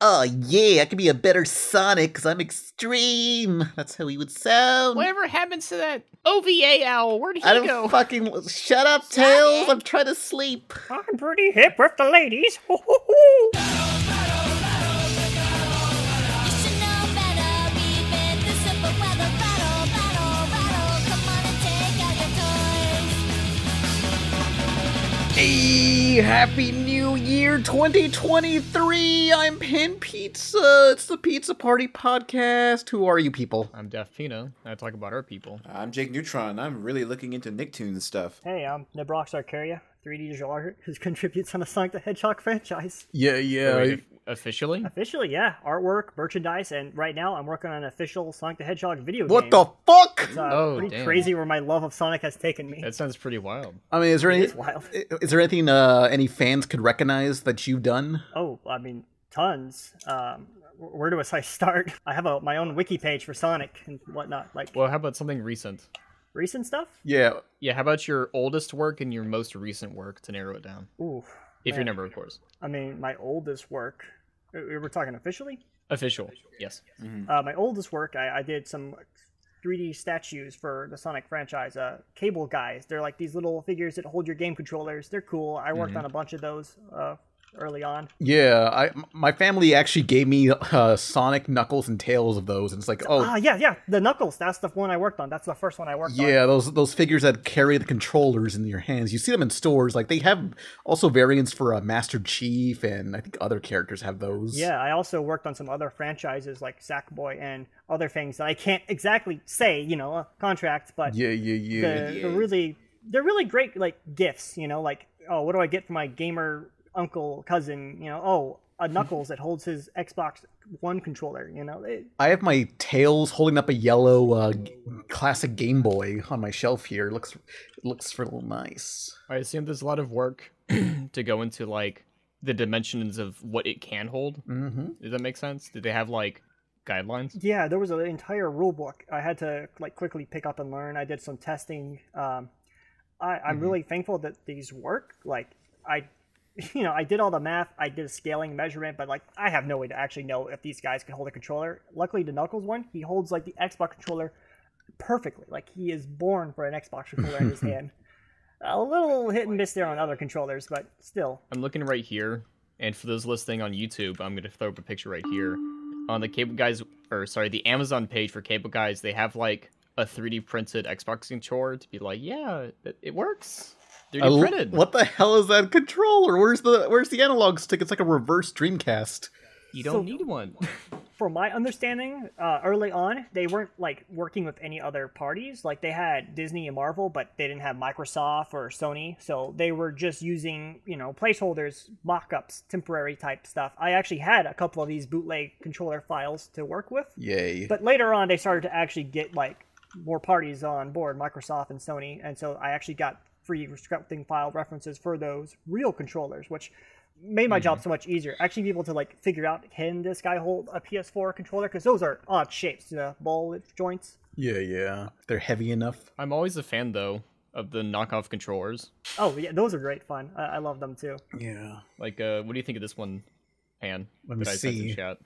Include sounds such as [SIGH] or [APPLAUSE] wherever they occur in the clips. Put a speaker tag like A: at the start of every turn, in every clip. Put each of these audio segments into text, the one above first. A: oh yeah, I could be a better Sonic because I'm extreme. That's how he would sound.
B: Whatever happens to that OVA owl? Where'd he
A: Um, I don't
B: go?
A: fucking shut up, Tails. I'm trying to sleep.
C: [LAUGHS]
D: I'm pretty hip with the ladies. [LAUGHS]
C: You should know better. We've been through simple weather. Rattle, rattle, rattle. Come on and take out your toys.
A: Hey, happy new year 2023. I'm Pin Pizza. It's the Pizza Party Podcast. Who are you people?
B: I'm Def Pino. I talk about our people.
E: I'm Jake Neutron. I'm really looking into Nicktoons stuff.
D: hey, I'm Nibrox Arcaria, 3D draw art, who [LAUGHS] contributes on the Sonic the Hedgehog [LAUGHS] franchise.
F: Yeah, yeah.
B: Wait,
F: I-
B: if- officially?
D: Officially, yeah, artwork, merchandise, and right now I'm working on an official Sonic the Hedgehog video
A: What
D: game.
A: the fuck?
D: It's, uh,
B: Oh,
D: pretty
B: damn.
D: crazy where my love of Sonic has taken me.
B: That sounds pretty wild.
A: I mean, is there any
D: It's wild.
A: i- is there anything uh, any fans could recognize that you've done?
D: Oh, I mean, tons. Um, wh- where do I [LAUGHS] start? I have a, my own wiki page for Sonic and whatnot, like
B: Well, how about something recent?
D: recent stuff.
A: Yeah.
B: Yeah, how about your oldest work and your most recent work to narrow it down?
D: Ooh,
B: If you remember, of course.
D: I mean, my oldest work. we- we We're talking officially.
B: Official. Yes.
D: Uh, my oldest work, I, I did some 3D statues for the Sonic franchise. Uh, cable guys. They're like these little figures that hold your game controllers. They're cool. I worked on a bunch of those uh, early on.
A: Yeah, I m- my family actually gave me uh, Sonic, Knuckles, and Tails of those, and it's like, oh,
D: Ah, yeah, yeah. The Knuckles. That's the one I worked on. That's the first one I worked on.
A: yeah, those those figures that carry the controllers in your hands. You see them in stores. Like they have also variants for uh, Master Chief, and I think other characters have those.
D: Yeah, I also worked on some other franchises like Sackboy and other things that I can't exactly say, you know, uh, contracts, but
A: yeah, yeah, yeah.
D: they're, they're really they're really great like gifts, you know, like oh, what do I get for my gamer uncle cousin, you know, oh, a Knuckles that holds his Xbox One controller, you know. It,
A: I have my tails holding up a yellow uh, g- classic Game Boy on my shelf here. Looks looks real nice.
B: I assume there's a lot of work [CLEARS THROAT] to go into, like, the dimensions of what it can hold.
A: Mm-hmm.
B: Does that make sense? Did they have, like, guidelines?
D: yeah, there was an entire rule book I had to like quickly pick up and learn. I did some testing. Um, I, I'm really thankful that these work. Like I, [LAUGHS] you know, I did all the math. I did a scaling measurement, but like I have no way to actually know if these guys can hold a controller. Luckily, the Knuckles one, he holds like the Xbox controller perfectly. Like he is born for an Xbox controller in his hand. A little hit and miss there on other controllers, but still.
B: I'm looking right here, and for those listening on YouTube, I'm gonna throw up a picture right here. On the cable guys, or sorry, the Amazon page for cable guys, they have like a 3D printed Xbox controller to be like, yeah, it, it works. 3D printed.
A: what the hell is that controller? Where's the where's the analog stick? It's like a reverse Dreamcast.
B: You don't need one.
D: from my understanding, uh, early on, they weren't like working with any other parties. Like they had Disney and Marvel, but they didn't have Microsoft or Sony, so they were just using you know placeholders, mock-ups, temporary type stuff. I actually had a couple of these bootleg controller files to work with,
A: Yay!
D: but later on, they started to actually get like more parties on board, Microsoft and Sony, and so I actually got free scripting file references for those real controllers, which made my
A: Mm-hmm.
D: job so much easier. Actually, be able to like figure out can this guy hold a PS4 controller because those are odd shapes, you know, ball joints.
A: yeah, yeah. They're heavy enough.
B: I'm always a fan though of the knockoff controllers.
D: Oh yeah, those are great fun. I, I love them too.
A: Yeah.
B: Like, uh, what do you think of this one, Pan?
A: Let me
B: that I sent in
A: see.
B: chat?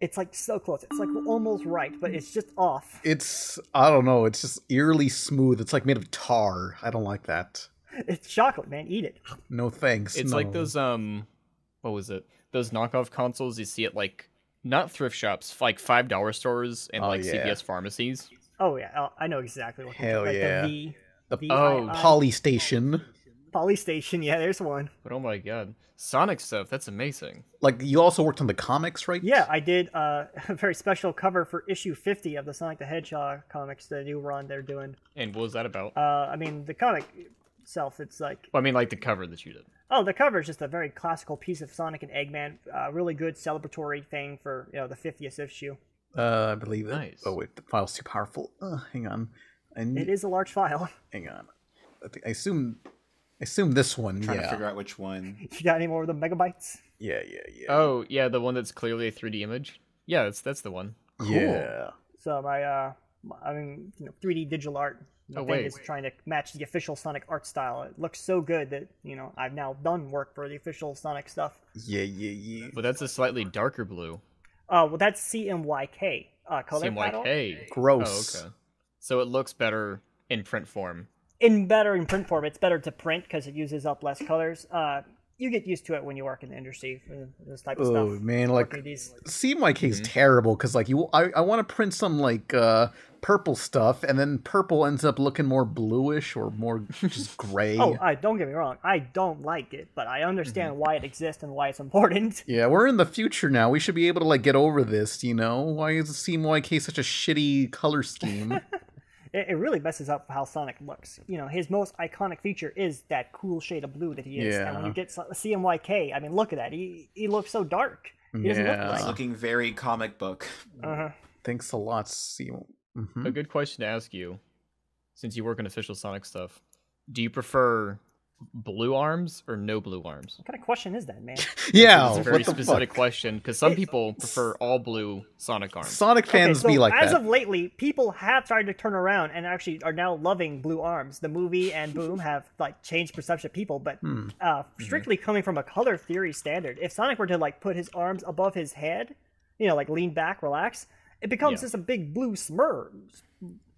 D: It's like so close. It's like almost right, but it's just off.
A: It's I don't know. It's just eerily smooth. It's like made of tar. I don't like that.
D: It's chocolate, man. Eat it.
A: No thanks.
B: It's like
A: no.
B: those um, what was it? Those knockoff consoles you see at like not thrift shops, like five dollar stores and
A: Oh,
B: like
A: yeah.
B: CVS pharmacies.
D: Oh yeah, I'll- I know exactly what.
A: Hell
D: like
A: yeah.
D: The v,
A: The- uh,
D: v,
B: Oh,
D: I, I,
A: Poly Station.
D: Poly Station. Yeah, there's one.
B: But oh my god, Sonic stuff, that's amazing.
A: Like you also worked on the comics, right?
D: Yeah, I did uh, [LAUGHS] a very special cover for issue 50 of the Sonic the Hedgehog comics, the new run they're doing.
B: And what was that about?
D: Uh, I mean, the comic itself, it's like,
B: Well, I mean, like the cover that you did.
D: oh, the cover is just a very classical piece of Sonic and Eggman, uh, really good celebratory thing for you know the 50th issue.
A: Uh, I believe it.
B: Nice.
A: Oh wait, the file's too powerful. Uh, hang on. I need,
D: It is a large file. [LAUGHS]
A: Hang on. I, think, I assume. I assume this one.
E: Trying to
A: Yeah.
E: figure out which one.
D: You got any more of the megabytes?
A: Yeah. Yeah. Yeah.
B: Oh yeah, the one that's clearly a 3D image. Yeah, that's that's the one.
A: Yeah.
D: So my uh, I mean, you know, 3D digital art.
B: Oh,
D: I think
B: wait.
D: is trying to match the official Sonic art style. It looks so good that you know I've now done work for the official Sonic stuff.
A: Yeah, yeah, yeah.
B: But that's a slightly darker blue.
D: Uh, well, that's CMYK uh, color
B: CMYK.
D: panel.
A: Gross.
B: Oh, okay. So it looks better in print form.
D: in better in print form. It's better to print because it uses up less colors. Uh, you get used to it when you work in the industry for this type of
A: Oh
D: stuff.
A: man,
D: Working with
A: like
D: these,
A: CMYK is
D: Mm-hmm.
A: terrible because like you, I, I want to print some like uh purple stuff, and then purple ends up looking more bluish or more
D: [LAUGHS]
A: just gray.
D: oh, I don't get me wrong. I don't like it, but I understand
A: Mm-hmm.
D: why it exists and why it's important. [LAUGHS]
A: Yeah, we're in the future now. We should be able to like get over this. You know, why is CMYK such a shitty color scheme?
D: It, it really messes up how Sonic looks. You know, his most iconic feature is that cool shade of blue that he is. And when you
A: Yeah.
D: get so- CMYK, I mean, look at that. He he looks so dark. [LAUGHS] He doesn't look
A: Yeah.
E: It's
F: Uh.
D: like.
E: looking very comic book. [LAUGHS]
A: Mm.
D: Uh-huh.
A: Thanks a lot, CMYK. Mhm.
B: A good question to ask you, since you work on official Sonic stuff, do you prefer blue arms or no blue arms?
D: What kind of question is that, man?
A: Yeah,
B: It's a
A: what
B: very
A: the
B: specific
A: fuck?
B: question because some people prefer all blue Sonic arms.
A: Sonic fans
D: okay, so
A: be like
D: as
A: that.
D: of lately, people have started to turn around and actually are now loving Blue Arms. The movie and Boom have like changed perception of people, but
A: Hmm.
D: uh, strictly coming from a color theory standard, if Sonic were to like put his arms above his head, you know, like lean back, relax, it becomes
B: Yeah.
D: just a big blue smirk.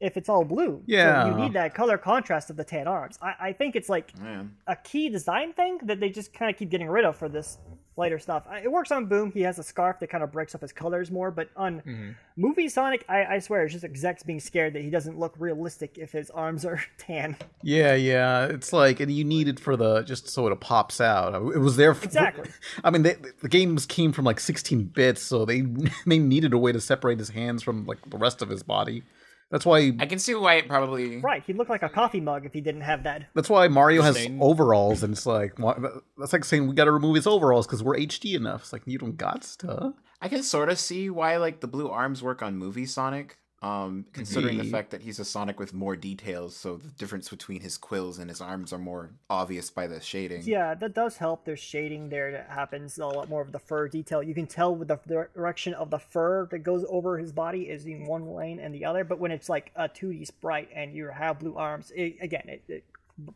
D: If it's all blue, So
A: Yeah.
D: you need that color contrast of the tan arms. I, I think it's like
E: Yeah.
D: a key design thing that they just kind of keep getting rid of for this later stuff. I- It works on Boom. He has a scarf that kind of breaks up his colors more, but on movie Sonic, I, I swear it's just execs being scared that he doesn't look realistic if his arms are [LAUGHS] tan.
A: yeah, yeah. It's like, and you need it for the just so it pops out. It was there for,
D: Exactly.
A: [LAUGHS] I mean, they, the games came from like 16 bits, so they [LAUGHS] they needed a way to separate his hands from like the rest of his body. That's why
F: I can see why it probably.
D: Right, he'd look like a coffee mug if he didn't have that.
A: that's why Mario has
B: Interesting.
A: overalls, and it's like why, that's like saying we got to remove his overalls because we're HD enough. It's like you don't got stuff.
E: I can sort of see why like the blue arms work on movie Sonic, um, considering
F: Mm-hmm.
E: the fact that he's a Sonic with more details, so the difference between his quills and his arms are more obvious by the shading.
D: Yeah, that does help. There's shading there that happens a lot more of the fur detail. You can tell with the direction of the fur that goes over his body is in one lane and the other. But when it's like a 2D sprite and you have blue arms, it, again, it, it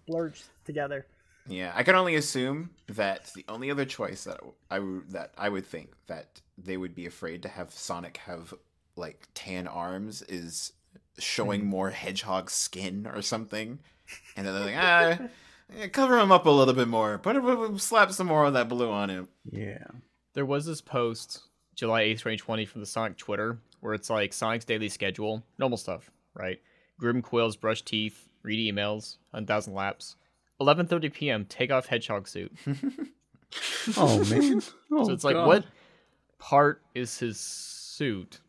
D: blurs together.
E: Yeah, I can only assume that the only other choice that I would that I would think that they would be afraid to have Sonic have like tan arms is showing
A: Hmm.
E: more hedgehog skin or something, and then they're like, ah, yeah, cover him up a little bit more, put him, slap some more of that blue on him.
A: Yeah.
B: There was this post, July 8th, 2020, from the Sonic Twitter, where it's like Sonic's daily schedule, normal stuff, right? Grim quills, brush teeth, read emails, 1,000 laps. 11:30 p.m. Take off hedgehog suit.
A: [LAUGHS]
B: [LAUGHS]
A: Oh man.
B: So it's like, what part is his suit?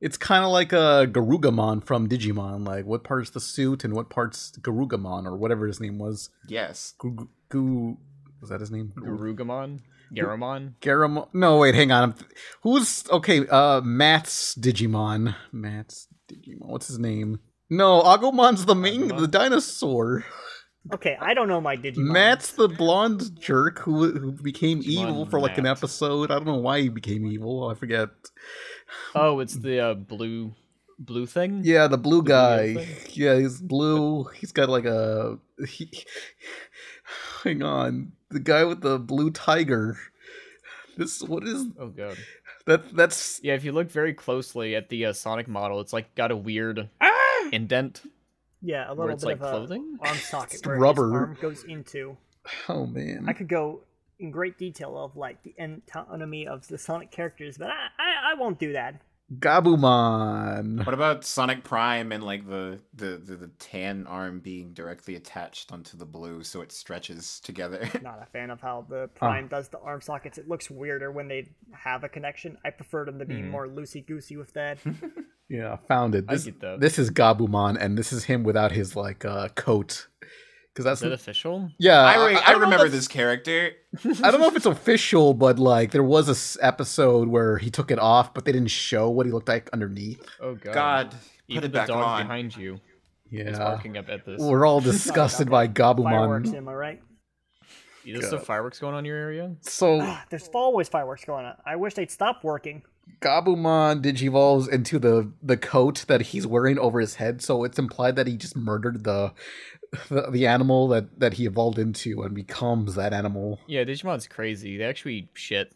A: It's kind of like a Garugamon from Digimon. Like, what part's the suit and what part's Garugamon or whatever his name was?
E: Yes,
A: Goo. Goo was that his name?
B: Garugamon? Garamon?
A: Garam. No, wait, hang on. I'm th- Who's okay? Uh, Matt's Digimon. Matt's Digimon. What's his name? No, Agomon's the main, the dinosaur.
D: Okay, I don't know my Digimon.
A: Matt's the blonde jerk who who became evil for like an
B: Matt.
A: episode. I don't know why he became evil. I forget.
B: Oh, it's the uh, blue blue thing?
A: Yeah, the blue guy.
B: thing?
A: yeah, he's blue. He's got like a. He, hang on, the guy with the blue tiger. This what is
B: Oh god.
A: that? That's
B: Yeah, if you look very closely at the uh, Sonic model, it's like got a weird
A: Ah!
B: indent
D: Yeah, a little
B: where it's like
D: bit of a
B: clothing.
D: arm socket
A: It's
D: where
A: rubber.
D: his arm goes into.
A: [LAUGHS] oh man.
D: I could go in great detail of like the anatomy of the Sonic characters, but I I, I won't do that.
A: Gabumon.
E: What about Sonic Prime and like the, the the the tan arm being directly attached onto the blue so it stretches together? [LAUGHS]
D: Not a fan of how
A: Oh.
D: the Prime does the arm sockets. It looks weirder when they have a connection. I prefer them to be
A: Mm.
D: more loosey goosey with that.
A: Yeah, found it. This,
B: get that.
A: this is Gabumon, and this is him without his like uh coat. Because that's
B: Is that official?
A: yeah.
E: I, re-
A: Uh, don't
E: I,
A: know if
E: remember
A: that's-
E: this character.
A: I don't know if it's official, but like there was a s- episode where he took it off, but they didn't show what he looked like underneath.
B: Oh god.
E: God, put
B: Even
E: it
B: the
E: back
B: dog
E: on.
B: behind you is
A: Yeah,
B: barking up at this.
A: we're all disgusted by
D: Fireworks,
A: Gabumon.
D: am I right? [SIGHS]
B: Is there still fireworks going on in your area?
A: So
D: There's always fireworks going on. I wish they'd stop working.
A: Gabumon digivolves into the the coat that he's wearing over his head, so it's implied that he just murdered the the, the animal that that he evolved into and becomes that animal.
B: Yeah, Digimon's crazy. They actually shit.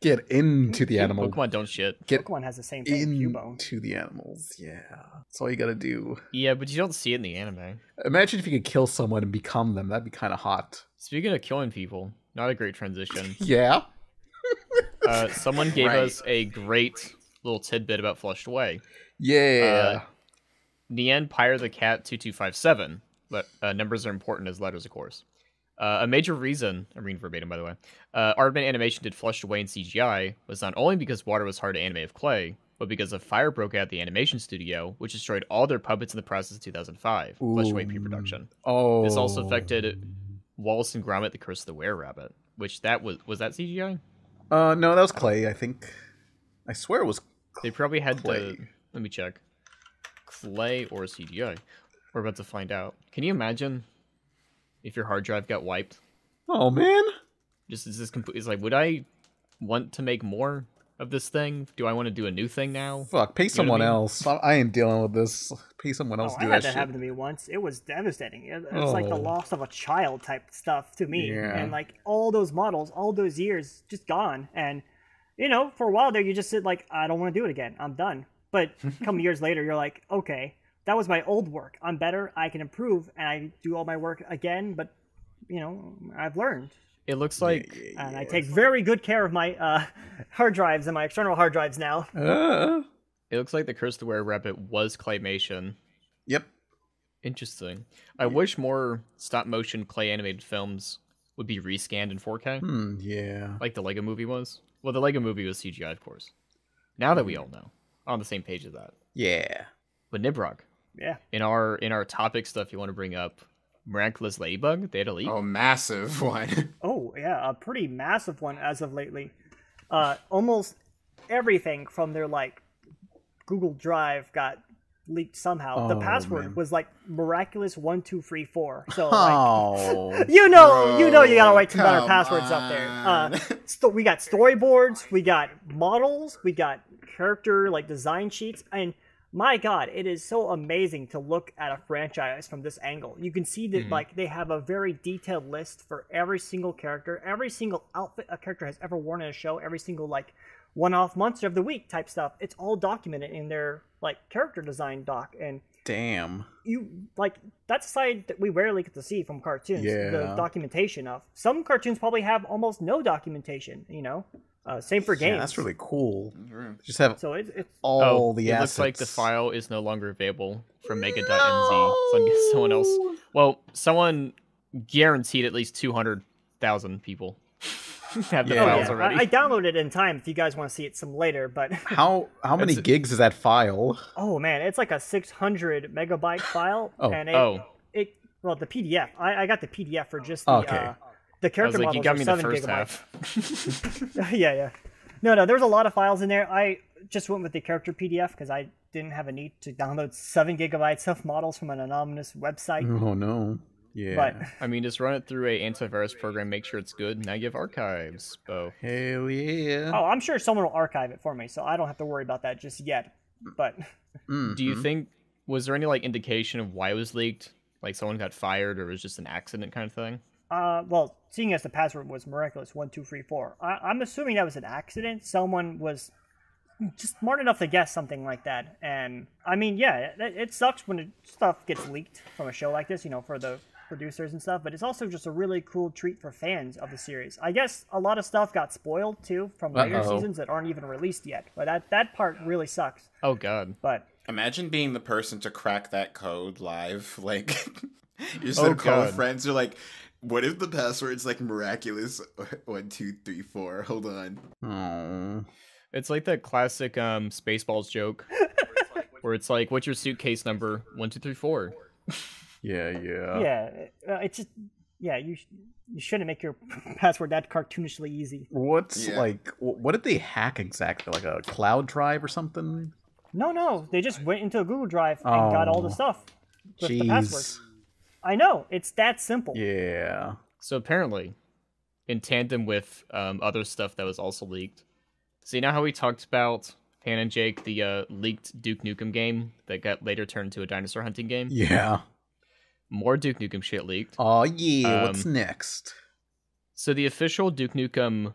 A: Get into the animal.
B: Pokemon don't shit.
A: Get
D: Pokemon has the same thing. Cubone.
A: into the animals. Yeah, that's all you gotta do.
B: Yeah, but you don't see it in the anime.
A: Imagine if you could kill someone and become them. That'd be kind of hot.
B: Speaking of killing people, not a great transition.
A: Yeah.
B: Uh, someone gave
E: Right.
B: us a great little tidbit about Flushed Away.
A: Yeah.
B: Nien Pyre the Cat 2257. But uh, numbers are important as letters, of course. Uh, a major reason, I'm reading verbatim by the way, uh, Aardman Animation did Flushed Away in CGI was not only because water was hard to animate with clay, but because a fire broke out at the animation studio, which destroyed all their puppets in the process of 2005, Flushed Away
A: Ooh.
B: pre production.
A: oh.
B: Uh, This also affected Wallace and Gromit, The Curse of the Were Rabbit, which that was, was that CGI?
A: Uh, no, that was clay. I think. I swear it was.
B: They probably had
A: Clay.
B: to. Let me check. Clay or CGI. We're about to find out. Can you imagine if your hard drive got wiped?
A: Oh man.
B: Just is this complete? It's like, would I want to make more of this thing? Do I want to do a new thing now?
A: Fuck. Pay someone
B: mean?
A: else. I, I ain't dealing with this. Pay someone else
D: Oh,
A: to
D: I
A: do
D: had
A: that
D: that
A: shit.
D: happen to me once. It was devastating. It, it's like the
A: Oh.
D: loss of a child type stuff to me,
A: Yeah.
D: and like all those models, all those years just gone. And you know, for a while there, you just sit like, I don't want to do it again. I'm done. But
A: [LAUGHS]
D: come years later, you're like, okay, that was my old work. I'm better. I can improve, and I do all my work again. But you know, I've learned,
B: It looks like
D: and I take very good care of my uh, [LAUGHS] hard drives and my external hard drives now.
A: Uh,
B: it looks like the Curse of the Were Rabbit was claymation.
A: yep.
B: Interesting. I wish more stop motion clay animated films would be rescanned in 4K,
A: Hmm. Yeah.
B: like the Lego Movie was. Well, the Lego Movie was CGI, of course. Now that we
A: Hmm.
B: all know, on the same page as that.
A: Yeah.
B: But Nibrock,
D: Yeah.
B: in our in our topic stuff you want to bring up, Miraculous Ladybug, they had a leak.
E: Oh, massive [LAUGHS] one.
D: Oh yeah, a pretty massive one as of lately. Uh, almost everything from their like Google Drive got leaked somehow. the
A: Oh,
D: password
A: man.
D: was like miraculous one two three four.
A: [LAUGHS]
D: So like,
A: Oh.
D: [LAUGHS]
B: [LAUGHS]
D: you know, you know, you gotta
E: Bro,
D: write some better
E: come
D: passwords up there.
E: on.
D: Uh, sto- we got storyboards, we got models, we got character like design sheets, and my god, it is so amazing to look at a franchise from this angle. You can see that like they have a very detailed list for every single character, every single outfit a character has ever worn in a show, every single like one-off monster of the week type stuff. It's all documented in their like character design doc and
A: Damn.
D: you like that's a side that we rarely get to see from cartoons the
A: Yeah.
D: documentation of some cartoons probably have almost no documentation you know uh, same for games
A: Yeah, that's really cool. Just have
D: so it's, it's
A: all
B: Oh,
A: the
B: it
A: assets.
B: looks like the file is no longer available from Mega.nz.
C: eh?
B: So I'm guessing someone else. Well, someone guaranteed at least two hundred thousand people [LAUGHS] have the
A: Yeah. Oh,
B: files
A: yeah.
B: already.
D: I, I downloaded it in time if you guys want to see it some later but [LAUGHS]
A: How how many
B: That's-
A: gigs is that file?
D: oh man it's like a 600 megabyte file
A: [LAUGHS] Oh.
D: and it,
B: oh,
D: it well the pdf I, I got the pdf for just the
A: Okay.
D: uh,
B: I
D: the
B: was
D: character
B: like,
D: models
B: you got me
D: are
B: the
D: seven
B: first
D: gigabytes.
B: half.
D: [LAUGHS] yeah, yeah. No, no, there was a lot of files in there. I just went with the character PDF because I didn't have a need to download seven gigabytes of models from an anonymous website.
A: [LAUGHS] Oh no. Yeah.
D: But
B: I mean, just run it through a antivirus program, make sure it's good. Now you have archives. Oh,
A: Hell yeah.
D: [LAUGHS] oh, I'm sure someone will archive it for me, so I don't have to worry about that just yet. But [LAUGHS]
A: Hmm. Mm-hmm.
B: do you think was there any like indication of why it was leaked? Like someone got fired or it was just an accident kind of thing?
D: uh, well, seeing as the password was miraculous one two three four, I- I'm assuming that was an accident. Someone was just smart enough to guess something like that. And I mean, yeah, it, it sucks when it, stuff gets leaked from a show like this, you know, for the producers and stuff. But it's also just a really cool treat for fans of the series. I guess a lot of stuff got spoiled too from later
A: Uh-oh.
D: seasons that aren't even released yet. But that that part really sucks.
B: Oh god.
D: But
E: Imagine being the person to crack that code live. [LAUGHS] Like, your so close
B: Oh, God.
E: friends are like, what if the password's like miraculous [LAUGHS] one two three four? Hold on.
A: Oh.
B: It's like that classic um Spaceballs joke [LAUGHS] where it's like, what's your suitcase number? One, two, three, four.
A: Yeah, yeah.
D: yeah, it, uh, it's just yeah, you sh- you shouldn't make your [LAUGHS] password that cartoonishly easy.
A: What's
E: Yeah.
A: like? wh- What did they hack exactly? Like a cloud drive or something?
D: No, no, they just went into a Google Drive and got all the
A: Oh.
D: stuff with the
A: Jeez.
D: password. I know it's that simple.
A: Yeah.
B: So apparently, in tandem with um, other stuff that was also leaked, So you know how we talked about Pan and Jake, the uh, leaked Duke Nukem game that got later turned into a dinosaur hunting game.
A: Yeah.
B: More Duke Nukem shit leaked.
A: Oh yeah. what's
B: Um,
A: next?
B: So the official Duke Nukem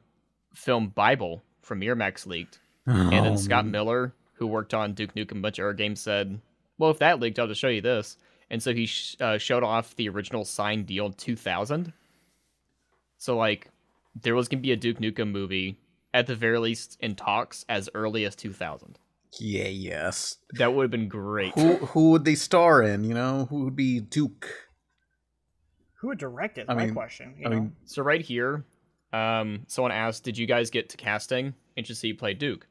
B: film Bible from Miramax leaked, and then Scott
A: Um,
B: Miller, who worked on Duke Nukem Bunch of Our Games, said, "Well, if that leaked, I'll just show you this." And so he sh- uh, showed off the original signed deal in 2000. So like, there was gonna be a Duke Nukem movie at the very least in talks as early as 2000.
A: Yeah. Yes.
B: That would have been great.
A: Who who would they star in? You know, who would be Duke?
D: Who would direct it?
A: I
D: my
A: mean-
D: question. You
A: I
D: know?
A: mean,
B: So right here, um, someone asked, "Did you guys get to casting?" And just see you play Duke.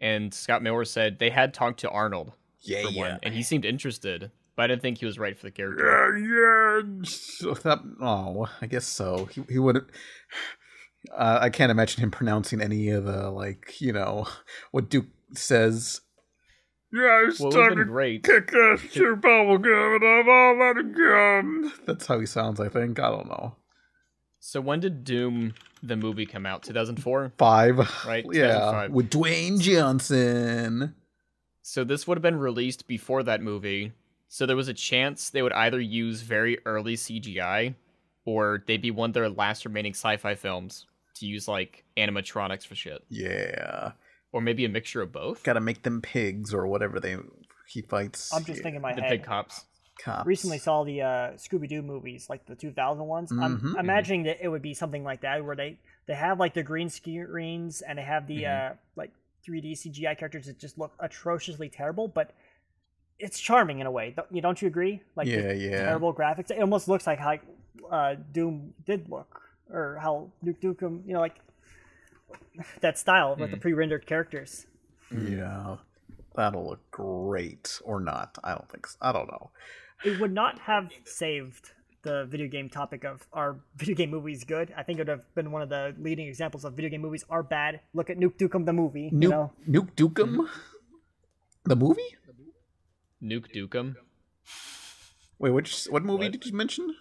B: And Scott Miller said they had talked to Arnold
A: yeah,
B: for
A: yeah.
B: one, and he seemed interested, but I didn't think he was right for the character.
A: Yeah, yeah. so that- oh, I guess so. He, he would. Uh, I can't imagine him pronouncing any of the like, you know, what Duke says. Yeah, it's
B: Well, it would have been great.
A: kick ass chew bubblegum, and I'm all out of gum. That's how he sounds. I think. I don't know.
B: So when did Doom the movie come out? 2004.
A: Five.
B: Right,
A: [LAUGHS] Yeah.
B: 2005.
A: With Dwayne Johnson.
B: So this would have been released before that movie. So there was a chance they would either use very early CGI, or they'd be one of their last remaining sci-fi films to use like animatronics for shit,
A: Yeah.
B: or maybe a mixture of both.
A: Got to make them pigs or whatever they he fights.
D: I'm just
A: Yeah,
D: thinking in my
B: the
D: head.
B: pig cops.
A: cops.
D: recently saw the uh, Scooby Doo movies, like the 2000 ones. I'm
A: Mhm.
D: imagining that it would be something like that, where they they have like the green screens and they have the
A: Mm-hmm.
D: uh, like 3D CGI characters that just look atrociously terrible, but it's charming in a way. Don't you? Don't you agree? Like the
A: yeah, yeah.
D: terrible graphics. It almost looks like how uh, Doom did look, or how Duke Nukem, you know, like [LAUGHS] that style with the pre-rendered characters.
A: Yeah. That'll look great or not. I don't think so. I don't know.
D: it would not have saved the video game topic of are video game movies good? I think it would have been one of the leading examples of video game movies are bad. Look at Nuke Nukem the movie.
A: Nuke,
D: You know, Mm-hmm.
A: Nuke Dukem? The movie?
B: Nuke Dukem.
A: Wait, which what movie
B: What?
A: did you mention?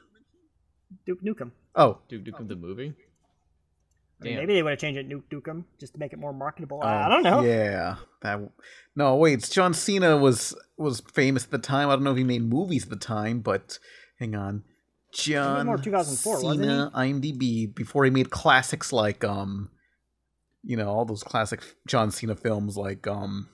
D: Duke Nukem.
A: Oh,
B: Duke Dukem the movie.
D: I mean,
B: Damn.
D: maybe they would have changed it Nuke Nukem just to make it more marketable. I I don't know.
A: Yeah. That No, wait, it's John Cena was was famous at the time. I don't know if he made movies at the time, but hang on. John
D: more 2004, wasn't
A: Cena IMDb before he made classics like um you know, all those classic John Cena films like um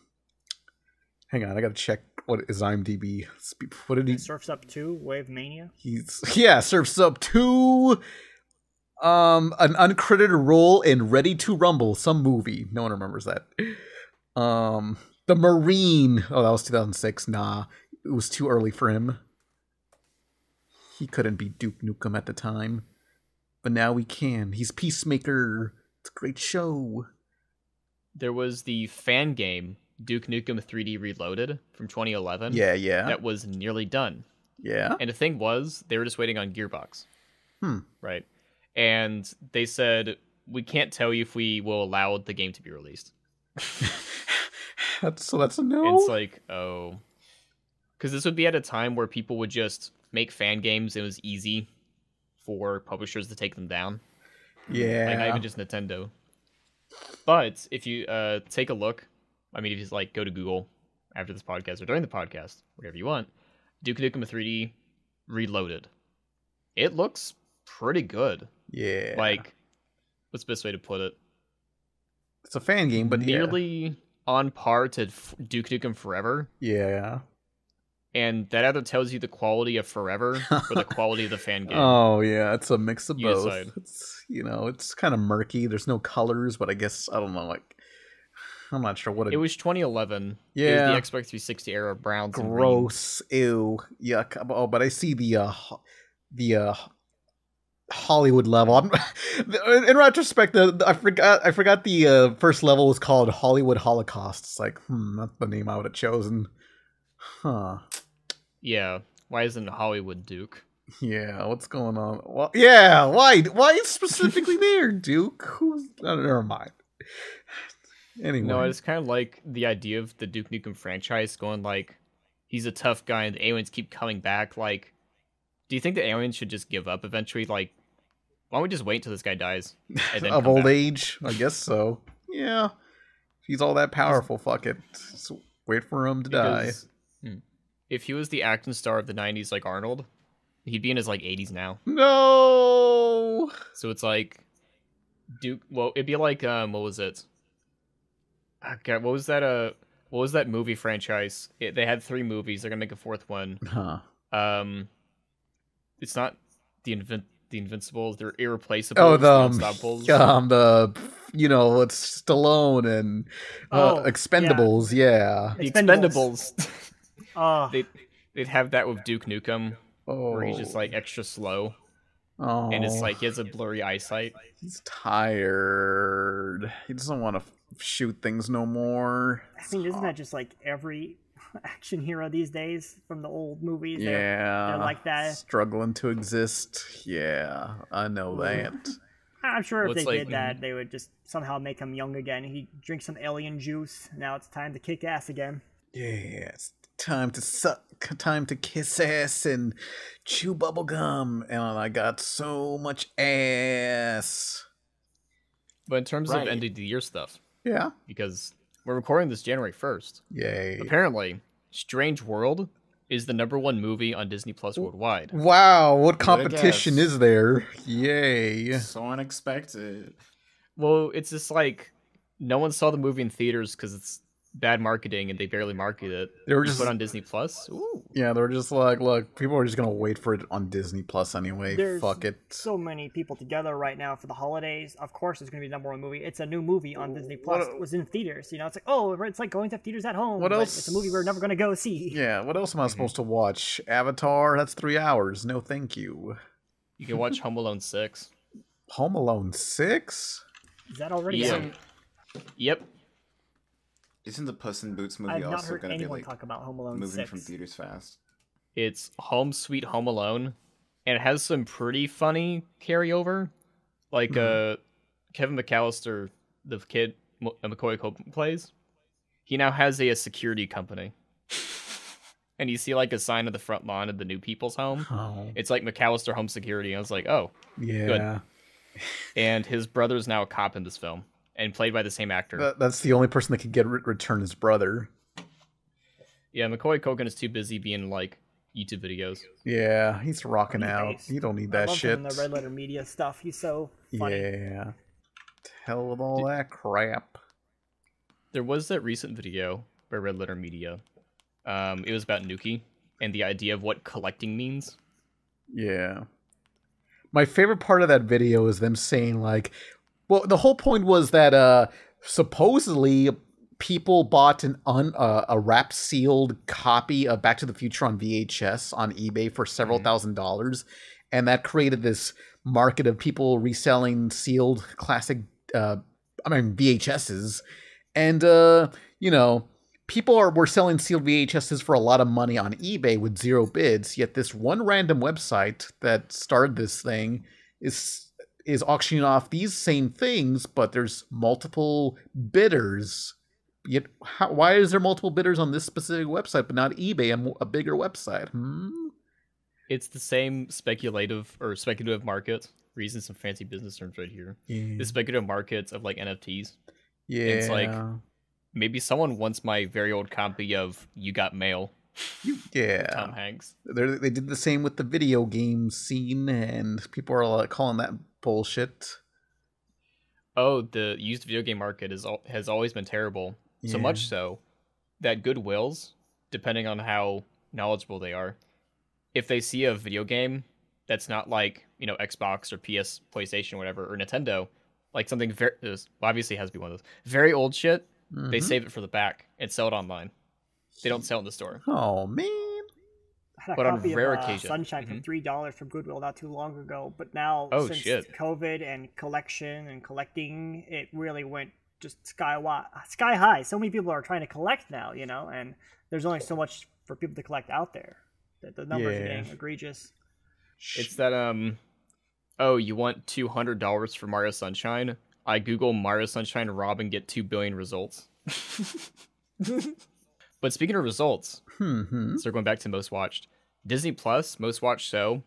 A: Hang on, I got to check what is IMDb. Sp- What did he
D: Surfs Up 2, Wave Mania.
A: He's yeah, surfs up two um an uncredited role in Ready to Rumble, some movie. No one remembers that. Um The Marine. Oh, that was 2006. Nah, it was too early for him. He couldn't be Duke Nukem at the time. But now we can. He's Peacemaker. It's a great show.
B: There was the fan game Duke Nukem 3D Reloaded from 2011.
A: Yeah, yeah.
B: That was nearly done.
A: Yeah.
B: And the thing was, they were just waiting on Gearbox.
A: Hmm.
B: Right. And they said, we can't tell you if we will allow the game to be released.
A: That's so that's a
B: And
A: no.
B: it's like, oh. Because this would be at a time where people would just make fan games. It was easy for publishers to take them down.
A: yeah.
B: like not even just Nintendo. But if you uh, take a look, I mean, if you just like go to Google after this podcast or during the podcast, whatever you want, Duke Nukem 3D Reloaded, it looks pretty good.
A: yeah.
B: Like, what's the best way to put it?
A: it's a fan game, but yeah.
B: Nearly on par to F- Duke Nukem Forever,
A: Yeah.
B: and that either tells you the quality of Forever or the quality of
A: [LAUGHS]
B: the fan game.
A: Oh yeah, it's a mix of
B: You
A: both.
B: decide.
A: It's you know, it's kind of murky. There's no colors, but I guess I don't know. Like, I'm not sure what it,
B: it was 2011.
A: Yeah.
B: it was the Xbox 360 era of browns. and greens.
A: gross. Ew, yuck. Oh, but I see the uh, ho- the uh, Hollywood level. I'm, [LAUGHS] in, in retrospect, the, the- I forgot I forgot the uh, first level was called Hollywood Holocaust. It's like, hmm, that's the name I would have chosen. Huh.
B: Yeah. Why isn't it Hollywood Duke?
A: Yeah, what's going on? Wh- yeah, why? Why
B: [LAUGHS]
A: specifically there, Duke? Who's? Oh, never mind. Anyway,
B: No, I just kind of like the idea of the Duke Nukem franchise going like, he's a tough guy and the aliens keep coming back. Like, do you think the aliens should just give up eventually? Like,
A: [LAUGHS]
B: why don't we just wait until this guy dies? And then
A: of
B: come
A: old
B: back?
A: age, I guess so. Yeah, He's all that powerful. Fuck it. Just wait for him to die.
B: Because, hmm, if he was the acting star of the 90s like Arnold, he'd be in his like 80s now.
A: No.
B: So it's like Duke. Well, it'd be like um, what was it? Ah, God, what was that? Uh, what was that movie franchise? It, they had three movies. They're gonna make a fourth one.
A: Huh.
B: Um, it's not the invin- the Invincibles. They're irreplaceable.
A: Oh, the um,
B: Unstoppables.
A: um, the you know it's Stallone and uh,
D: Oh, yeah.
A: Expendables. Yeah.
B: The
D: Expendables.
B: Expendables. [LAUGHS]
D: Oh,
B: they they'd have that with Duke Nukem,
A: Oh.
B: where he's just like extra slow,
A: Oh.
B: and it's like he has a blurry eyesight.
A: he's tired. He doesn't want to shoot things no more.
D: I mean, isn't that just like every [LAUGHS] action hero these days from the old movies? They're-
A: Yeah.
D: like that.
A: Struggling to exist. Yeah, I know that.
D: I'm sure
B: Well,
D: if
B: it's
D: they
B: like-
D: did that, they would just somehow make him young again. He drinks some alien juice. Now it's time to kick ass again.
A: yeah, it's time to suck, time to kiss ass and chew bubblegum. And I got so much ass.
B: But in terms
E: Right.
B: of end of the year stuff,
A: Yeah.
B: because we're recording this January first.
A: Yay.
B: Apparently, Strange World is the number one movie on Disney Plus worldwide.
A: Wow, what competition
E: guess.
A: is there? Yay.
E: So unexpected.
B: Well, it's just like no one saw the movie in theaters because it's bad marketing and they barely market it.
A: They were
B: You
A: just
B: put it on Disney Plus. Ooh.
A: Yeah, they were just like, look, people are just gonna wait for it on Disney Plus anyway.
D: There's
A: Fuck it.
D: So many people together right now for the holidays. Of course, it's going to be the number one movie. It's a new movie on Disney Plus.
A: what-
D: It was in theaters. You know, it's like oh, it's like going to theaters at home.
A: What
D: but
A: else-
D: It's a movie we're never going to go see.
A: yeah, what else am I
D: [LAUGHS]
A: supposed to watch? Avatar? That's three hours. No thank you.
B: You can watch Home Alone Six.
A: Home Alone Six?
D: Is that already? out?
B: Yeah. Yep.
E: Isn't the Puss in Boots movie
D: I've not
E: also
D: heard
E: going to be
D: anyone
E: like
D: talk about Home Alone
E: moving
D: Six.
E: from theaters fast?
B: It's Home Sweet Home Alone, and it has some pretty funny carryover, like uh, Kevin McAllister, the kid M- McCoy Copeland plays. He now has a, a security company, and you see like a sign on the front lawn of the new people's home.
A: Oh.
B: It's like McAllister Home Security. I was like, oh.
A: Yeah.
B: and his brother is now a cop in this film and played by the same actor.
A: That, that's the only person that could get re- return his brother.
B: yeah, McCoy Culkin is too busy being like YouTube videos.
A: Yeah, he's rocking out.
D: Nice.
A: You don't need
D: I
A: that
D: love
A: shit.
D: him in the Red Letter Media stuff. He's so funny.
A: Yeah. Hell of all that crap.
B: There was that recent video by Red Letter Media. Um, it was about Nuki and the idea of what collecting means.
A: Yeah. My favorite part of that video is them saying like well the whole point was that uh supposedly people bought an un uh, a wrap sealed copy of Back to the Future on VHS on eBay for several thousand dollars and that created this market of people reselling sealed classic uh I mean VHSs and uh you know people are were selling sealed VHSs for a lot of money on eBay with zero bids. Yet this one random website that started this thing is is auctioning off these same things, but there's multiple bidders. Yet, how, why is there multiple bidders on this specific website but not eBay, a, mo- a bigger website? Hmm.
B: It's the same speculative or speculative market. We're using some fancy business terms right here.
A: Mm-hmm.
B: The speculative markets of like NFTs.
A: yeah.
B: it's like- Maybe someone wants my very old copy of You Got Mail,
A: yeah.
B: Tom Hanks.
A: They're, they did the same with the video game scene, and people are like, calling that bullshit.
B: oh, the used video game market is al- has always been terrible. So
A: Yeah.
B: much so that Goodwills, depending on how knowledgeable they are, if they see a video game that's not like you know Xbox or PS, PlayStation, whatever, or Nintendo, like something very obviously has to be one of those very old shit, they
A: Mhm.
B: save it for the back and sell it online. They don't sell it in the store.
A: Oh man.
D: I had a
B: But on
D: copy
B: rare
D: of, uh,
B: occasion. Mm-hmm.
D: Sunshine for three dollars from Goodwill not too long ago, but now
B: Oh,
D: since
B: shit.
D: COVID and collection and collecting, it really went just sky wi- sky high. So many people are trying to collect now, you know, and there's only so much for people to collect out there. The, the numbers are
A: Yeah.
D: getting egregious.
B: It's that um, oh, you want two hundred dollars for Mario Sunshine? I Google Mario Sunshine Rob and get two billion results. but speaking of results,
A: Hmm.
B: so going back to most watched, Disney Plus most watched show,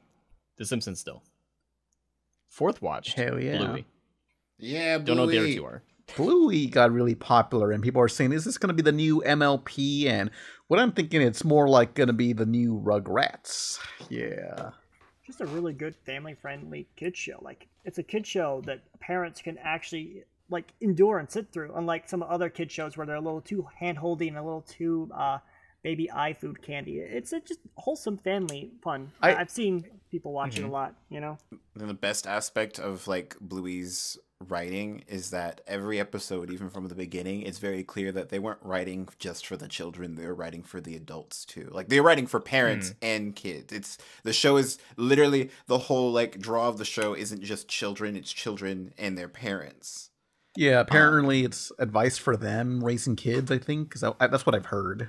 B: The Simpsons still. Fourth watched,
A: Hell yeah.
B: Bluey.
E: Yeah,
B: Don't know what the other
E: Bluey.
B: two are.
A: Bluey got really popular, and people are saying, "Is this going to be the new MLP?" And what I'm thinking, it's more like going to be the new Rugrats. Yeah,
D: just a really good family friendly kid show. Like it's a kid show that parents can actually like endure and sit through, unlike some other kid shows where they're a little too hand holdy and a little too uh, baby eye food candy. It's a just wholesome family fun. I,
A: I-
D: have seen people watch it a lot, you know.
E: Then the best aspect of like Bluey's writing is that every episode, even from the beginning, it's very clear that they weren't writing just for the children; they were writing for the adults too. Like they're writing for parents and kids. It's the show is literally the whole like draw of the show isn't just children; it's children and their parents.
A: yeah. Apparently, it's advice for them raising kids. I think because that's what I've heard.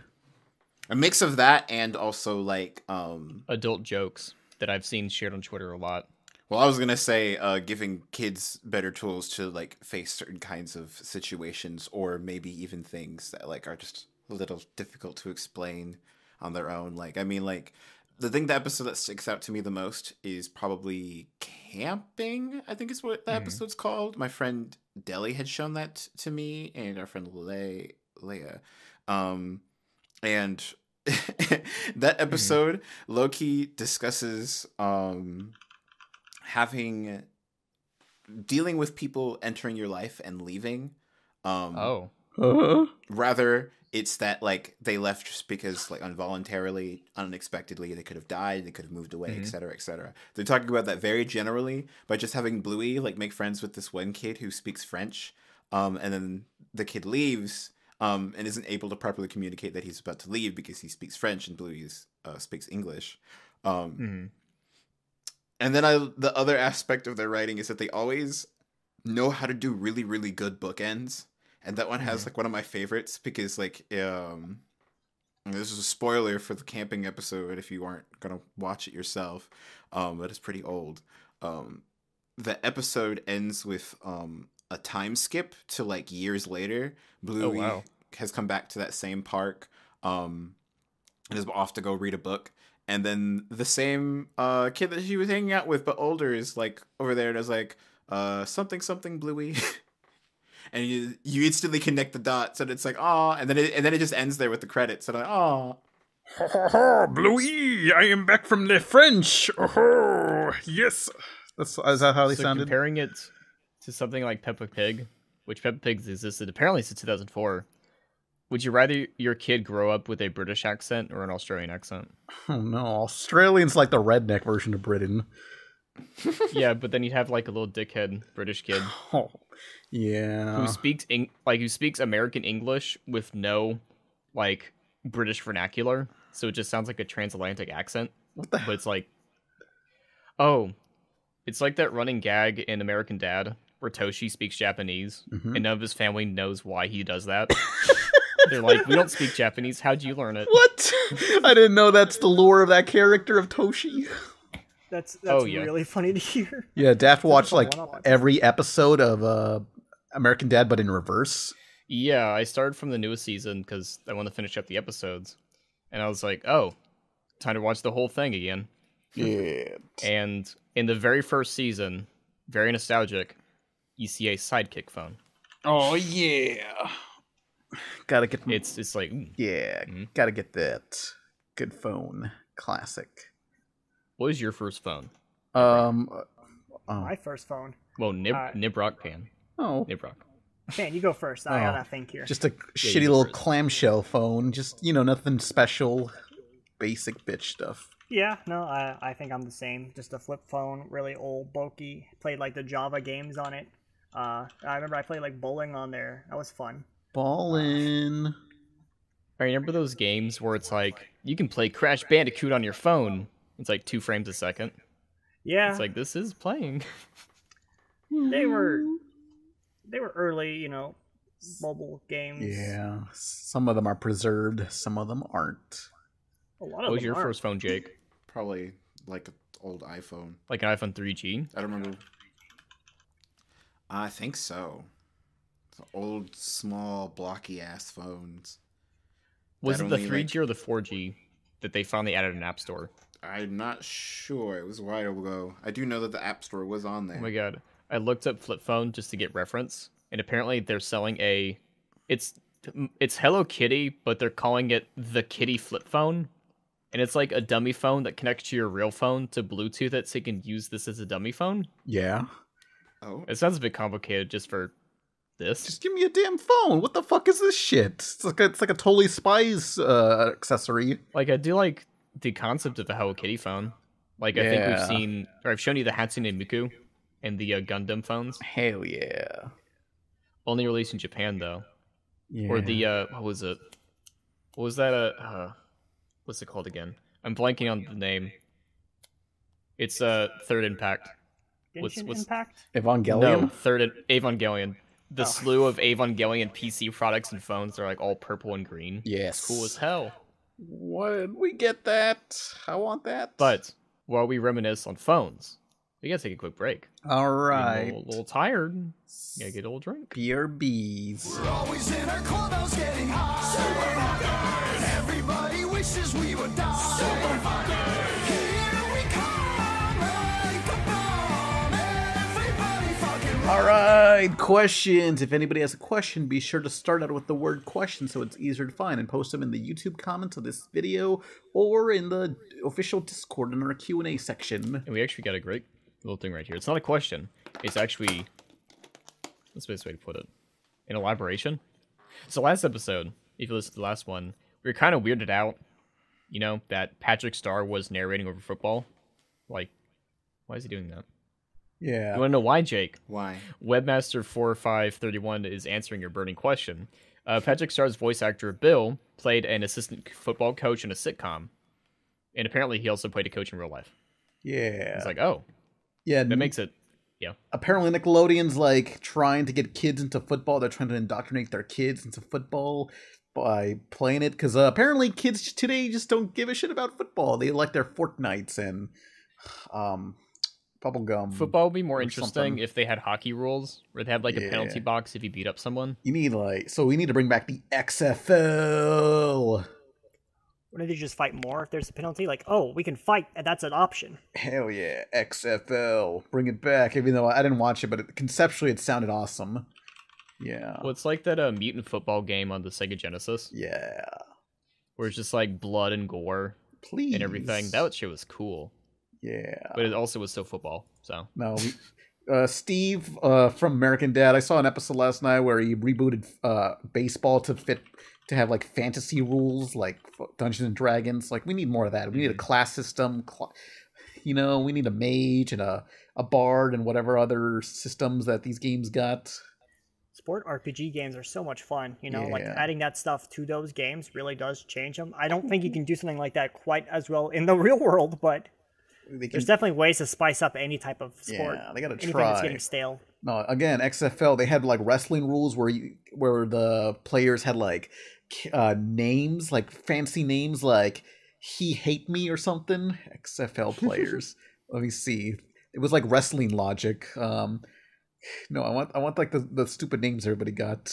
E: A mix of that and also like um
B: Adult jokes that I've seen shared on Twitter a lot.
E: well I was going to say uh giving kids better tools to like face certain kinds of situations or maybe even things that like are just a little difficult to explain on their own like I mean like the thing the episode that sticks out to me the most is probably camping I think is what the
B: Mhm.
E: episode's called my friend Deli had shown that to me and our friend Le- Leia um and [LAUGHS] that episode loki discusses um having dealing with people entering your life and leaving um
B: Oh,
A: Uh-huh.
E: rather it's that like they left just because like involuntarily unexpectedly they could have died they could have moved away
B: Mhm.
E: etc cetera, etc cetera. they're talking about that very generally by just having bluey like make friends with this one kid who speaks french um, and then the kid leaves um, and isn't able to properly communicate that he's about to leave because he speaks french and bluey is- uh, speaks english um,
B: hmm
E: and then I the other aspect of their writing is that they always know how to do really really good bookends. And that one has like one of my favorites because like um and this is a spoiler for the camping episode if you aren't going to watch it yourself. Um but it's pretty old. Um the episode ends with um a time skip to like years later. Bluey
B: wow.
E: has come back to that same park um and is off to go read a book and then the same uh, kid that she was hanging out with but older is like over there and is like uh, something something bluey [LAUGHS] and you you instantly connect the dots and it's like oh and then it and then it just ends there with the credits and I'm like oh
A: Ha ha ha, [LAUGHS] Bluey! I am back from the French. Oh, ho, yes. That's is that how they
B: So
A: sounded?
B: comparing it to something like Peppa Pig, which Peppa Pig's existed apparently since 2004. Would you rather your kid grow up with a British accent or an
A: [LAUGHS]
B: Australian accent?
A: oh no, Australians like the redneck version of Britain.
B: yeah, but then you'd have like a little dickhead
A: [SIGHS]
B: British kid
A: Oh, yeah.
B: who speaks Eng- like who speaks American English with no like British vernacular, so it just sounds like a transatlantic accent.
A: what the
B: But it's like, oh, it's like that running gag in American Dad where Toshi speaks Japanese
A: Mhm.
B: and none of his family knows why he does that. They're like, we don't speak Japanese. How'd you learn it?
A: What? I didn't know that's the lore of that character of Toshi.
D: That's that's
B: Oh, yeah.
D: really [LAUGHS] funny to hear.
A: Yeah, Daft watched
D: a
A: like
D: one-off.
A: every episode of uh, American Dad, but in reverse.
B: Yeah, I started from the newest season because I want to finish up the episodes, and I was like, oh, time to watch the whole thing again.
A: Yeah.
B: And in the very first season, very nostalgic, you see a sidekick phone.
A: Oh yeah. Gotta get.
B: It's it's like "Ooh,
A: yeah.
B: Mhm.
A: Gotta get that. Good phone. Classic.
B: what was your first phone?
A: Um. Oh.
D: My first phone.
B: Well, Nib
D: Uh,
B: Nibrock Pan
A: oh.
B: Nibrock.
D: Man, you go first. I
A: Oh.
D: gotta think here.
A: Just a
B: you
A: shitty little
B: first.
A: clamshell phone. Just you know, nothing special. Basic bitch stuff.
D: Yeah, no, I, I think I'm the same. Just a flip phone, really old, bulky. Played like the Java games on it. Uh, I remember I played like bowling on there. That was fun.
A: Ballin.
B: I remember those games where it's like you can play Crash Bandicoot on your phone. It's like two frames a second.
D: Yeah,
B: It's like this is playing.
D: they were they were early, you know, mobile games.
A: Yeah. Some of them are preserved. Some of them aren't.
D: a lot of
B: What was
D: them
B: your
D: aren't.
B: first phone, Jake?
E: probably like an old iPhone
B: Like an iPhone 3G?
E: I don't remember I think so It's an old small blocky ass phones
B: Was
E: That
B: it the
E: only,
B: 3G or the 4G that they finally added an app store?
E: I'm not sure it was a while ago I do know that the App Store was on there
B: Oh my god. I looked up flip phone just to get reference, and apparently they're selling a it's it's Hello Kitty, but they're calling it the Kitty flip phone. And it's like a dummy phone that connects to your real phone to Bluetooth it so you can use this as a dummy phone.
A: Yeah.
E: Oh,
B: It sounds a bit complicated just for this.
A: Just give me a damn phone. What the fuck is this shit? It's like a, it's like a totally spies uh, accessory.
B: Like I do like the concept of a Hello Kitty phone. Like I think
A: Yeah.
B: we've seen, or I've shown you the Hatsune Miku and the uh, Gundam phones.
A: Hell yeah.
B: Only released in Japan though.
A: yeah.
B: Or the uh, what was it? What was that? Uh, uh, what's it called again? I'm blanking on the name. It's uh, Third Impact. What's-
D: Genshin
B: what's-
D: Impact?
A: Evangelion.
B: No, Third in- Evangelion. The
D: Oh.
B: slew of Evangelion PC products and phones are like all purple and green.
A: Yes.
B: Cool as hell.
A: What? We get that. I want that.
B: But while we reminisce on phones, we gotta take a quick break.
A: all
B: Getting
A: right.
B: A little, little tired. Gotta get a little drink.
A: BRBs.
F: We're always in our clubhouse getting high. Super fuckers. And everybody wishes we would die. Super fuckers. Here we come. Like a bomb. Everybody fucking rock.
A: All right, questions. If anybody has a question, be sure to start out with the word question so it's easier to find and post them in the YouTube comments of this video or in the official Discord in our Q&A section.
B: And we actually got a great little thing right here. It's not a question. It's actually that's the best way to put it. An elaboration. So last episode, if you listened to the last one, we were kind of weirded out, you know, that Patrick Starr was narrating over football. Like, why is he doing that? You
A: Yeah.
B: wanna know why, Jake?
E: why?
B: Webmaster 4531 is answering your burning question. Uh, Patrick Starr's voice actor Bill played an assistant football coach in a sitcom, and apparently he also played a coach in real life.
A: Yeah.
B: It's like, oh,
A: yeah,
B: that makes it. Yeah,
A: apparently Nickelodeon's like trying to get kids into football. They're trying to indoctrinate their kids into football by playing it because uh, apparently kids today just don't give a shit about football. They like their Fortnites and um bubblegum.
B: football would be more
A: Or
B: interesting
A: something.
B: if they had hockey rules, where they had like a penalty
A: Yeah.
B: box if you beat up someone.
A: You need like so we need to bring back the XFL.
D: Wouldn't they just fight more if there's a penalty? Like, oh, we can fight, and that's an option.
A: Hell yeah, XFL. Bring it back. Even though I didn't watch it, but it, conceptually it sounded awesome. Yeah.
B: Well, it's like that uh, mutant football game on the Sega Genesis,
A: Yeah.
B: where it's just like blood and gore
A: Please.
B: and everything. That shit was cool,
A: Yeah.
B: but it also was still football. So
A: No. We, uh, Steve uh, from American Dad. I saw an episode last night where he rebooted uh, baseball to fit to have like fantasy rules, like f- Dungeons and Dragons. Like we need more of that. We need
D: Mm-hmm.
A: a class system. Cl- you know, we need a mage and a a bard and whatever other systems that these games got.
D: Sport RPG games are so much fun. You know, like
A: Yeah.
D: adding that stuff to those games really does change them. I don't think you can do something like that quite as well in the [LAUGHS] real world, but
A: They can,
D: there's definitely ways to spice up any type of sport.
A: Yeah, they gotta
D: Anything
A: try.
D: that's getting stale.
A: No, again, XFL they had like wrestling rules where you, where the players had like k- uh, names, like fancy names, like he hate me or something. XFL players. Let me see. It was like wrestling logic. Um, [SIGHS] no, I want I want like the, the stupid names everybody got.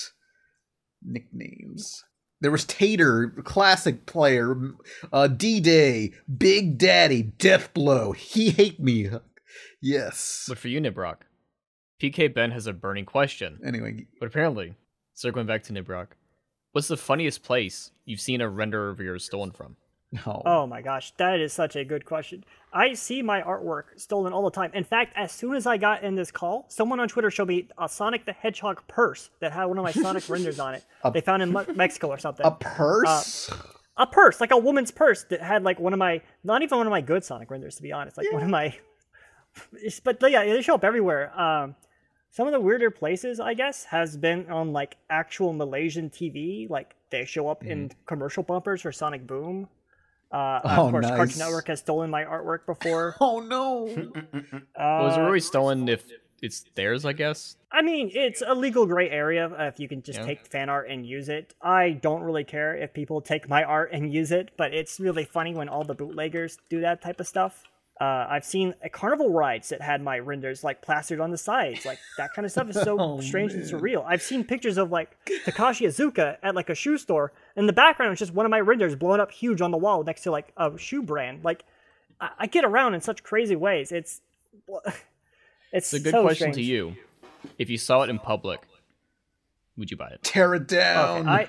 A: Nicknames. There was Tater, classic player, uh, D Day, Big Daddy, Death Blow. He hate me. [LAUGHS] Yes.
B: But for you, Nibrock, PK Ben has a burning question.
A: Anyway,
B: But apparently, circling back to Nibrock, what's the funniest place you've seen a render of yours stolen from?
A: no.
D: Oh my gosh, that is such a good question. I see my artwork stolen all the time. In fact, as soon as I got in this call, someone on Twitter showed me a Sonic the Hedgehog purse that had one of
A: [LAUGHS]
D: my Sonic renders on it. they found in Me- Mexico or something.
A: A
D: uh, [LAUGHS]
A: purse?
D: a purse, like a woman's purse that had like one of my not even one of my good Sonic renders to be honest, like one of my. It's- but yeah, they show up everywhere. Um, some of the weirder places, I guess, has been on like actual Malaysian TV. Like they show up in commercial bumpers for Sonic Boom. Uh,
A: Mm-hmm. Oh,
D: of course,
A: nice.
D: Cartoon Network has stolen my artwork
A: [LAUGHS]
D: before.
A: oh no. [LAUGHS]
B: well, is it
D: Uh,
B: really stolen if it's theirs, I guess?
D: I mean, it's a legal gray area uh, if you can just
B: Yeah.
D: take fan art and use it. I don't really care if people take my art and use it, but it's really funny when all the bootleggers do that type of stuff. Uh, I've seen uh, carnival rides that had my renders like plastered on the sides, like that kind of stuff is
B: [LAUGHS]
D: so
A: Oh,
D: strange and surreal. I've seen pictures of like Takashi Azuka at like a shoe store, and the background is just one of my renders blown up huge on the wall next to like a shoe brand. Like I, I get around in such crazy ways. It's [LAUGHS]
B: It's
D: it's
B: a good
D: so
B: question
D: strange.
B: to you. If you saw it in public, Would you buy it?
A: Tear it
D: Okay,
A: down.
D: Oh, I,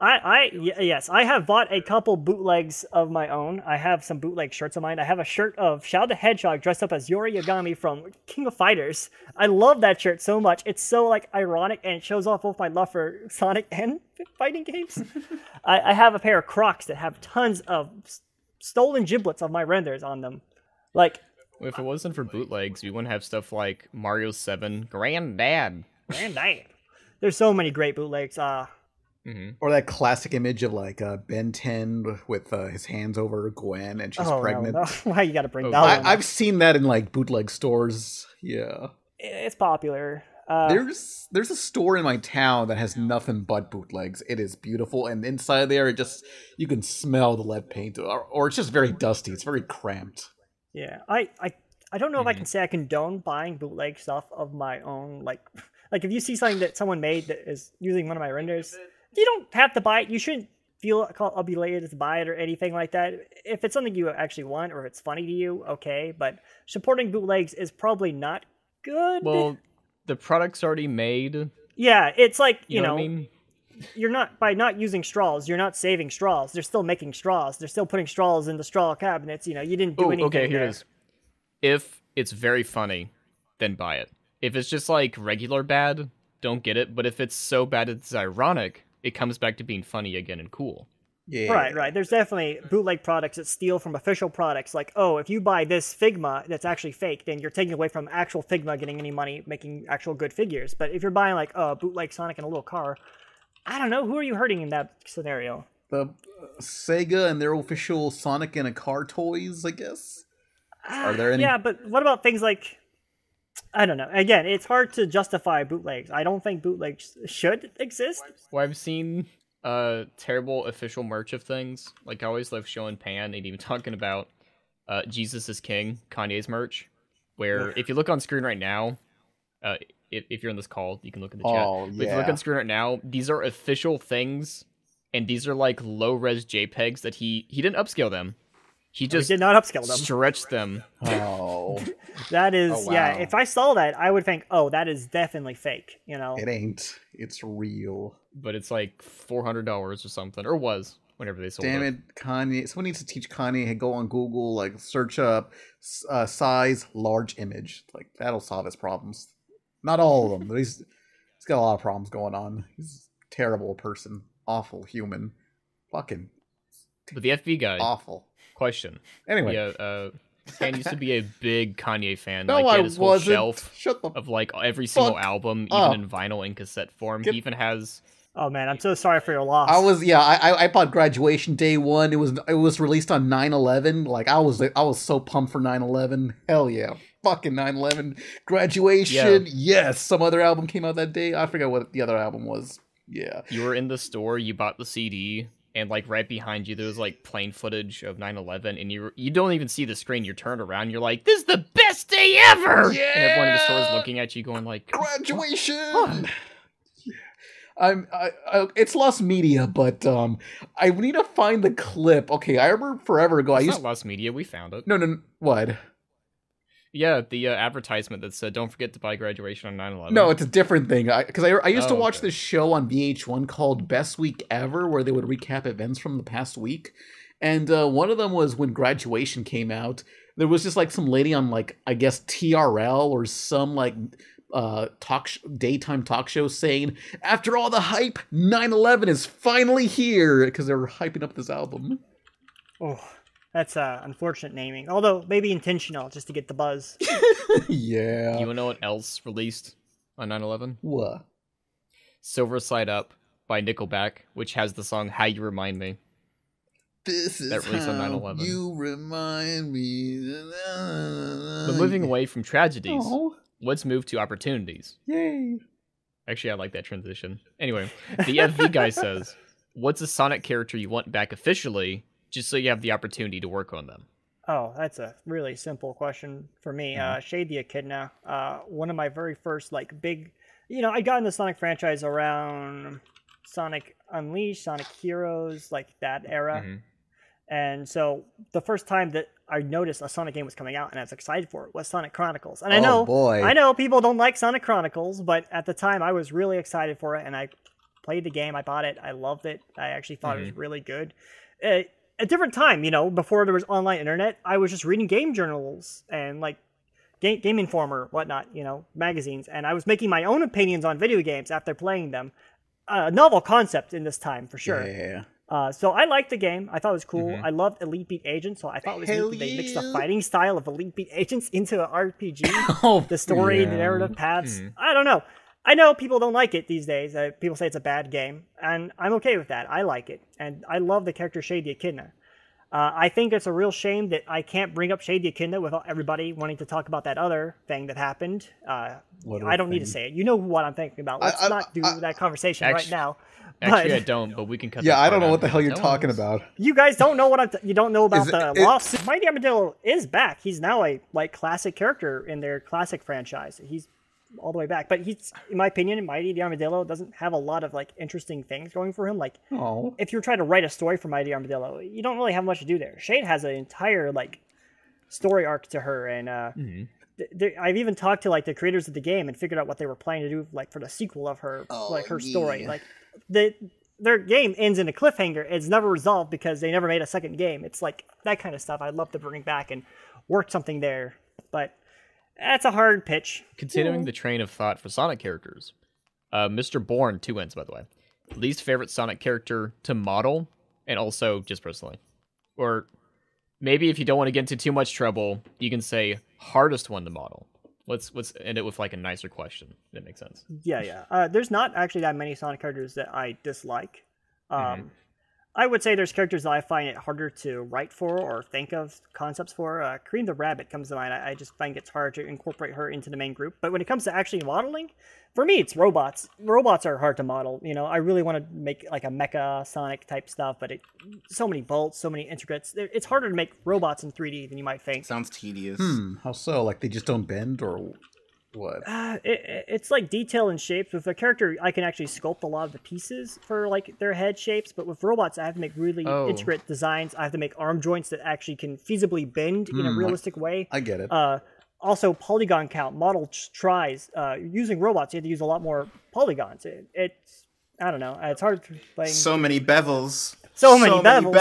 D: I, I, y- yes, I have bought a couple bootlegs of my own. I have some bootleg shirts of mine. I have a shirt of Shao the Hedgehog dressed up as Yori Yagami from King of Fighters. I love that shirt so much. It's so like ironic and it shows off both my love for Sonic and [LAUGHS]
A: [LAUGHS]
D: fighting games. I, I have a pair of Crocs that have tons of s- stolen giblets of my renders on them. Like
B: If it wasn't for bootlegs, we wouldn't have stuff like Mario Seven, Granddad.
D: man, damn, [LAUGHS] there's so many great bootlegs. Uh,
A: or that classic image of like uh, Ben 10 with uh, his hands over Gwen and she's
D: oh, no,
A: pregnant.
D: no. [LAUGHS] why you got to bring
B: Oh,
D: that one?
A: I, I've seen that in like bootleg stores. Yeah.
D: it's popular. Uh,
A: There's there's a store in my town that has nothing but bootlegs. It is beautiful, and inside there, it just you can smell the lead paint, or, or it's just very dusty. It's very cramped.
D: Yeah, I, I, I don't know
B: Mm-hmm.
D: if I can say I condone buying bootleg stuff of my own. Like, [LAUGHS] like if you see something that someone made that is using one of my renders, you don't have to buy it. You shouldn't feel call- obligated to buy it or anything like that. If it's something you actually want or if it's funny to you, okay. But supporting bootlegs is probably not good.
B: Well, the product's already made. You,
D: yeah, it's like you,
B: know,
D: know,
B: what I mean?
D: you're not by not using straws, you're not saving straws. They're still making straws. They're still putting straws in the straw cabinets. You know, you didn't do
B: Oh,
D: anything.
B: okay. Here
D: there.
B: it is. If it's very funny, then buy it. If it's just like regular bad, don't get it. But if it's so bad it's ironic, it comes back to being funny again and cool.
A: Yeah.
D: Right, right. There's definitely bootleg products that steal from official products. Like, oh, if you buy this Figma that's actually fake, then you're taking away from actual Figma getting any money making actual good figures. But if you're buying like a bootleg Sonic and a little car, I don't know who are you hurting in that scenario.
A: The uh, Sega and their official Sonic and a car toys, I guess. Are there any?
D: Ah, Yeah, but what about things like I don't know. Again, it's hard to justify bootlegs. I don't think bootlegs should exist.
B: Well, I've seen uh terrible official merch of things. Like I always love showing Pan and even [LAUGHS] talking about uh Jesus is King, Kanye's merch. Where if you look on screen right now, uh if, if you're in this call, you can look at the chat.
A: Oh,
B: But If you look
A: yeah.
B: on screen right now, these are official things and these are like low res JPEGs that he he didn't upscale them. He
D: We
B: just
D: did not upscale them.
B: stretched them. [LAUGHS]
A: Oh,
D: That is,
E: Oh,
D: yeah.
E: wow.
D: If I saw that, I would think, oh, that is definitely fake. You know,
A: it ain't. It's real.
B: But it's like four hundred dollars or something, or was whenever they sold
A: Damn
B: it.
A: it, Kanye! Someone needs to teach Kanye. Hey, go on Google, like search up s- uh, size large image. Like that'll solve his problems. Not all of them. but he's he's got a lot of problems going on. He's a terrible person, awful human, fucking
B: But the FB guy
A: awful.
B: question.
A: Anyway,
B: Yeah, uh, Stan used to be a big Kanye fan.
A: no,
B: like, he had
A: I
B: his whole
A: wasn't.
B: shelf
A: Shut the.
B: of like every single
A: Fuck
B: album, even
A: up.
B: in vinyl and cassette form.
A: Get-
B: He even has.
D: Oh man, I'm so sorry for your loss.
A: I was yeah. I I- I bought Graduation Day one. It was it was released on 9-11. Like I was I was so pumped for 9-11. Hell yeah, fucking 9-11. Graduation. Yes. Some other album came out that day. I forgot what the other album was. Yeah.
B: You were in the store, you bought the CD, and like right behind you, there was like plane footage of 9/11, and you you don't even see the screen. You turn around, you're like, "This is the best day ever!" And everyone in the store is
A: Yeah!
B: looking at you, going like,
A: Graduation. Um, yeah. I'm. I, I, it's lost media, but um, I need to find the clip. Okay, I remember forever ago. I
B: "It's
A: used
B: not Lost Media. We found it."
A: no no no, what.
B: Yeah, the uh, advertisement that said, "Don't forget to buy graduation on 9/11."
A: No, it's a different thing. Because I, I, used to
B: Oh,
A: watch
B: okay.
A: this show on VH1 called Best Week Ever, where they would recap events from the past week. And uh, one of them was when graduation came out. There was just like some lady on like I guess TRL or some like uh talk sh- daytime talk show saying after all the hype 9/11 is finally here because they were hyping up this album. [LAUGHS]
D: Oh, that's uh, unfortunate naming. Although maybe intentional, just to get the buzz.
A: yeah.
B: You wanna know what else released on 9/11?
A: What?
B: Silver Side Up by Nickelback, which has the song How You Remind Me.
A: This is
B: That released on
A: how
B: 9/11.
A: you remind me. Oh, [LAUGHS]
B: But moving away from tragedies,
A: Aw,
B: let's move to opportunities.
A: yay.
B: Actually, I like that transition. Anyway, the FV guy says, What's a Sonic character you want back officially, just so you have the opportunity to work on them?
D: Oh, that's a really simple question for me. Uh, Shade the Echidna, uh, one of my very first like big. You know, I got into Sonic franchise
B: Mm-hmm.
A: Mm-hmm.
D: around Sonic Unleashed, Sonic Heroes, like that era. And so the first time that I noticed a Sonic game was coming out and I was excited for it was Sonic Chronicles. And I
A: Oh,
D: know
A: boy.
D: I know people don't like Sonic Chronicles, but at the time I was really excited for it and I played the game, I bought it, I loved it. I actually thought it was really good. Uh, a different time, you know, before there was online internet, I was just reading game journals and like Game, Game Informer, whatnot, you know, magazines, and I was making my own opinions on video games after playing them. A novel concept in this time, for sure.
G: Yeah.
D: Uh, so I liked the game. I thought it was cool. I loved Elite Beat Agent, so I thought it was
A: Hell
D: neat that they mixed
A: yeah.
D: the fighting style of Elite Beat Agents into an RPG.
A: Oh,
D: the story, the
A: yeah.
D: narrative paths. I don't know. I know people don't like it these days. Uh, people say it's a bad game, and I'm okay with that. I like it, and I love the character Shady Echidna. Uh, I think it's a real shame that I can't bring up Shady Echidna without everybody wanting to talk about that other thing that happened. Uh,
G: What
D: I don't need to
G: thing?
D: say it. You know what I'm thinking about. Let's
A: I-
D: not do that conversation right
B: Actu-
D: now.
B: Actually,
D: but-
B: I don't, but we can cut
A: Yeah,
B: that
A: I don't
B: part
A: know
B: out
A: what the
B: if
A: hell
B: you
A: you're
B: don't.
A: talking about.
D: You guys don't know what I'm. T- you don't know about
A: Is
D: the
A: it-
D: lawsuit. Mighty Armadillo is back. He's now a like classic character in their classic franchise. He's all the way back, but he's, in my opinion, Mighty the Armadillo doesn't have a lot of like interesting things going for him. Like,
A: Oh,
D: if you're trying to write a story for Mighty Armadillo, you don't really have much to do there. Shade has an entire like story arc to her, and uh, th- th- I've even talked to like the creators of the game and figured out what they were planning to do, like for the sequel of her, like her story. Like the their game ends in a cliffhanger; it's never resolved because they never made a second game. It's like that kind of stuff. I'd love to bring back and work something there, but that's a hard pitch.
B: Continuing the train of thought for Sonic characters, uh, Mr. Bourne, two ends by the way. Least favorite Sonic character to model, and also just personally. Or maybe if you don't want to get into too much trouble, you can say hardest one to model. Let's let's end it with like a nicer question. if That makes sense.
D: Yeah, yeah. Uh, there's not actually that many Sonic characters that I dislike. Um, I would say there's characters that I find it harder to write for or think of concepts for. Uh, Kareem the Rabbit comes to mind. I, I just find it's hard to incorporate her into the main group. But when it comes to actually modeling, for me, it's robots. Robots are hard to model. You know, I really want to make like a mecha Sonic type stuff, but it so many bolts, so many intricates. There- It's harder to make robots in 3D than you might think.
E: Sounds tedious.
A: hmm, how so? Like they just don't bend or what?
D: Uh, it, it- it's like detail and shapes. With a character, I can actually sculpt a lot of the pieces for like their head shapes. But with robots, I have to make really
B: Oh.
D: intricate designs. I have to make arm joints that actually can feasibly bend in a realistic way.
A: I get it.
D: Uh, also, polygon count model ch- tries uh, using robots. You have to use a lot more polygons. It, it's I don't know. It's hard to explain.
E: So many bevels.
D: So many bevels.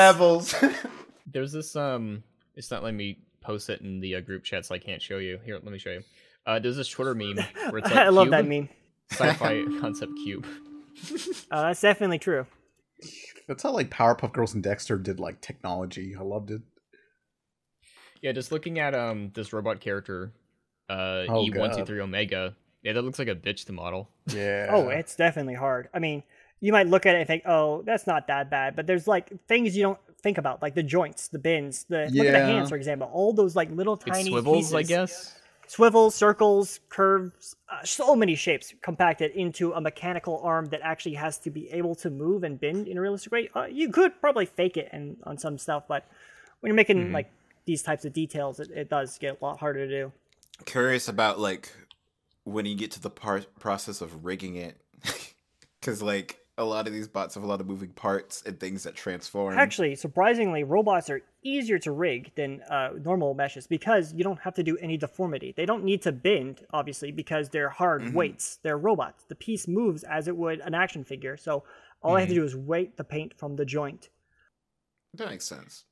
E: bevels.
B: There's this um it's not letting me post it in the uh, group chats, so I can't show you. Here, let me show you. Uh, there's this Twitter
D: [LAUGHS]
B: meme where it's like
D: [LAUGHS] I love
B: cube,
D: that meme.
B: [LAUGHS]
D: [LAUGHS]
B: sci-fi concept cube.
D: Uh, that's definitely true.
A: That's how like Powerpuff Girls and Dexter did like technology. I loved it.
D: Oh,
B: Yeah, just looking at um this robot character, uh
A: Oh,
B: E one two
A: God.
B: three Omega. Yeah, that looks like a bitch to model.
A: Yeah.
D: Oh, it's definitely hard. I mean, you might look at it and think, "Oh, that's not that bad," but there's like things you don't think about, like the joints, the bins, the look at the
A: Yeah.
D: hands, for example. All those like little
B: It
D: tiny
B: swivels, I
D: pieces.
B: guess.
D: swivels, circles, curves, uh, so many shapes compacted into a mechanical arm that actually has to be able to move and bend in a realistic way. Uh, you could probably fake it and on some stuff, but when you're making like these types of details, it, it does get a lot harder to do.
E: Curious about like when you get to the part process of rigging it, [LAUGHS] because like a lot of these bots have a lot of moving parts and things that transform.
D: Actually, surprisingly, robots are easier to rig than uh, normal meshes because you don't have to do any deformity. They don't need to bend, obviously, because they're hard
B: Mm-hmm.
D: weights. They're robots. The piece moves as it would an action figure. So all I have to
B: Mm-hmm.
D: do is weight the paint from the joint.
E: that makes sense.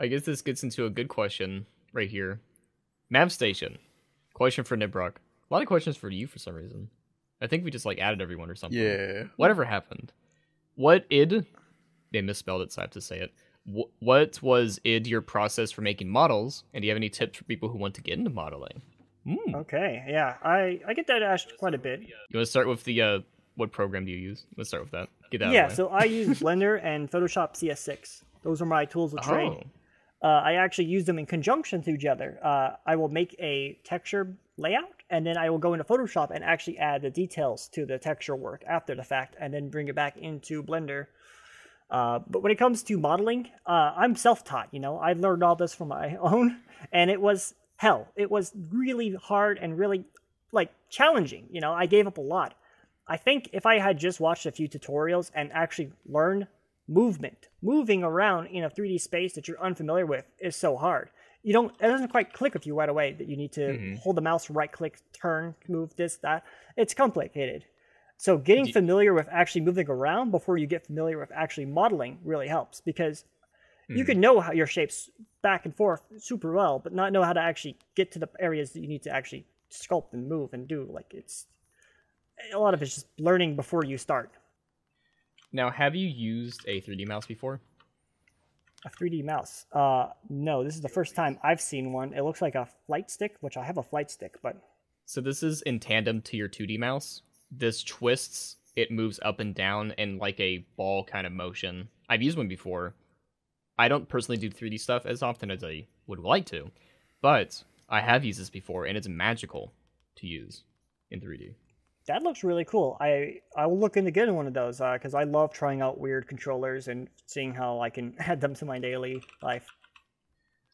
B: I guess this gets into a good question right here. Map station. Question for Nibrock. A lot of questions for you for some reason. I think we just like added everyone or something.
A: yeah.
B: Whatever happened. What id they misspelled it, so I have to say it. Wh- What was id your process for making models? And do you have any tips for people who want to get into modeling? Hmm.
D: Okay, yeah, I, I get that asked quite a bit.
B: You want to start with the uh, what program do you use? Let's start with that. Get that.
D: Yeah,
B: out of the way.
D: so I use Blender and Photoshop CS6. Those are my tools of trade.
B: Oh.
D: uh, I actually use them in conjunction to each other. Uh, I will make a texture layout, and then I will go into Photoshop and actually add the details to the texture work after the fact, and then bring it back into Blender. Uh, but when it comes to modeling, uh, I'm self-taught. You know, I learned all this from my [LAUGHS] own, and it was hell. It was really hard and really like challenging. You know, I gave up a lot. I think if I had just watched a few tutorials and actually learned movement, moving around in a 3D space that you're unfamiliar with is so hard. You don't it doesn't quite click with you right away that you need to hold the mouse, right click, turn, move this, that. It's complicated. So getting familiar with actually moving around before you get familiar with actually modeling really helps because you can know how your shapes back and forth super well, but not know how to actually get to the areas that you need to actually sculpt and move and do. Like it's a lot of it's just learning before you start.
B: Now, have you used a 3D mouse before?
D: A 3D mouse. Uh, no, this is the first time I've seen one. It looks like a flight stick, which I have a flight stick, but
B: So this is in tandem to your 2D mouse. This twists, it moves up and down in like a ball kind of motion. I've used one before. I don't personally do 3D stuff as often as I would like to, but I have used this before and it's magical to use in 3D.
D: that looks really cool. I I will look into getting one of those because I love trying out weird controllers and seeing how I can [LAUGHS] add them to my daily life.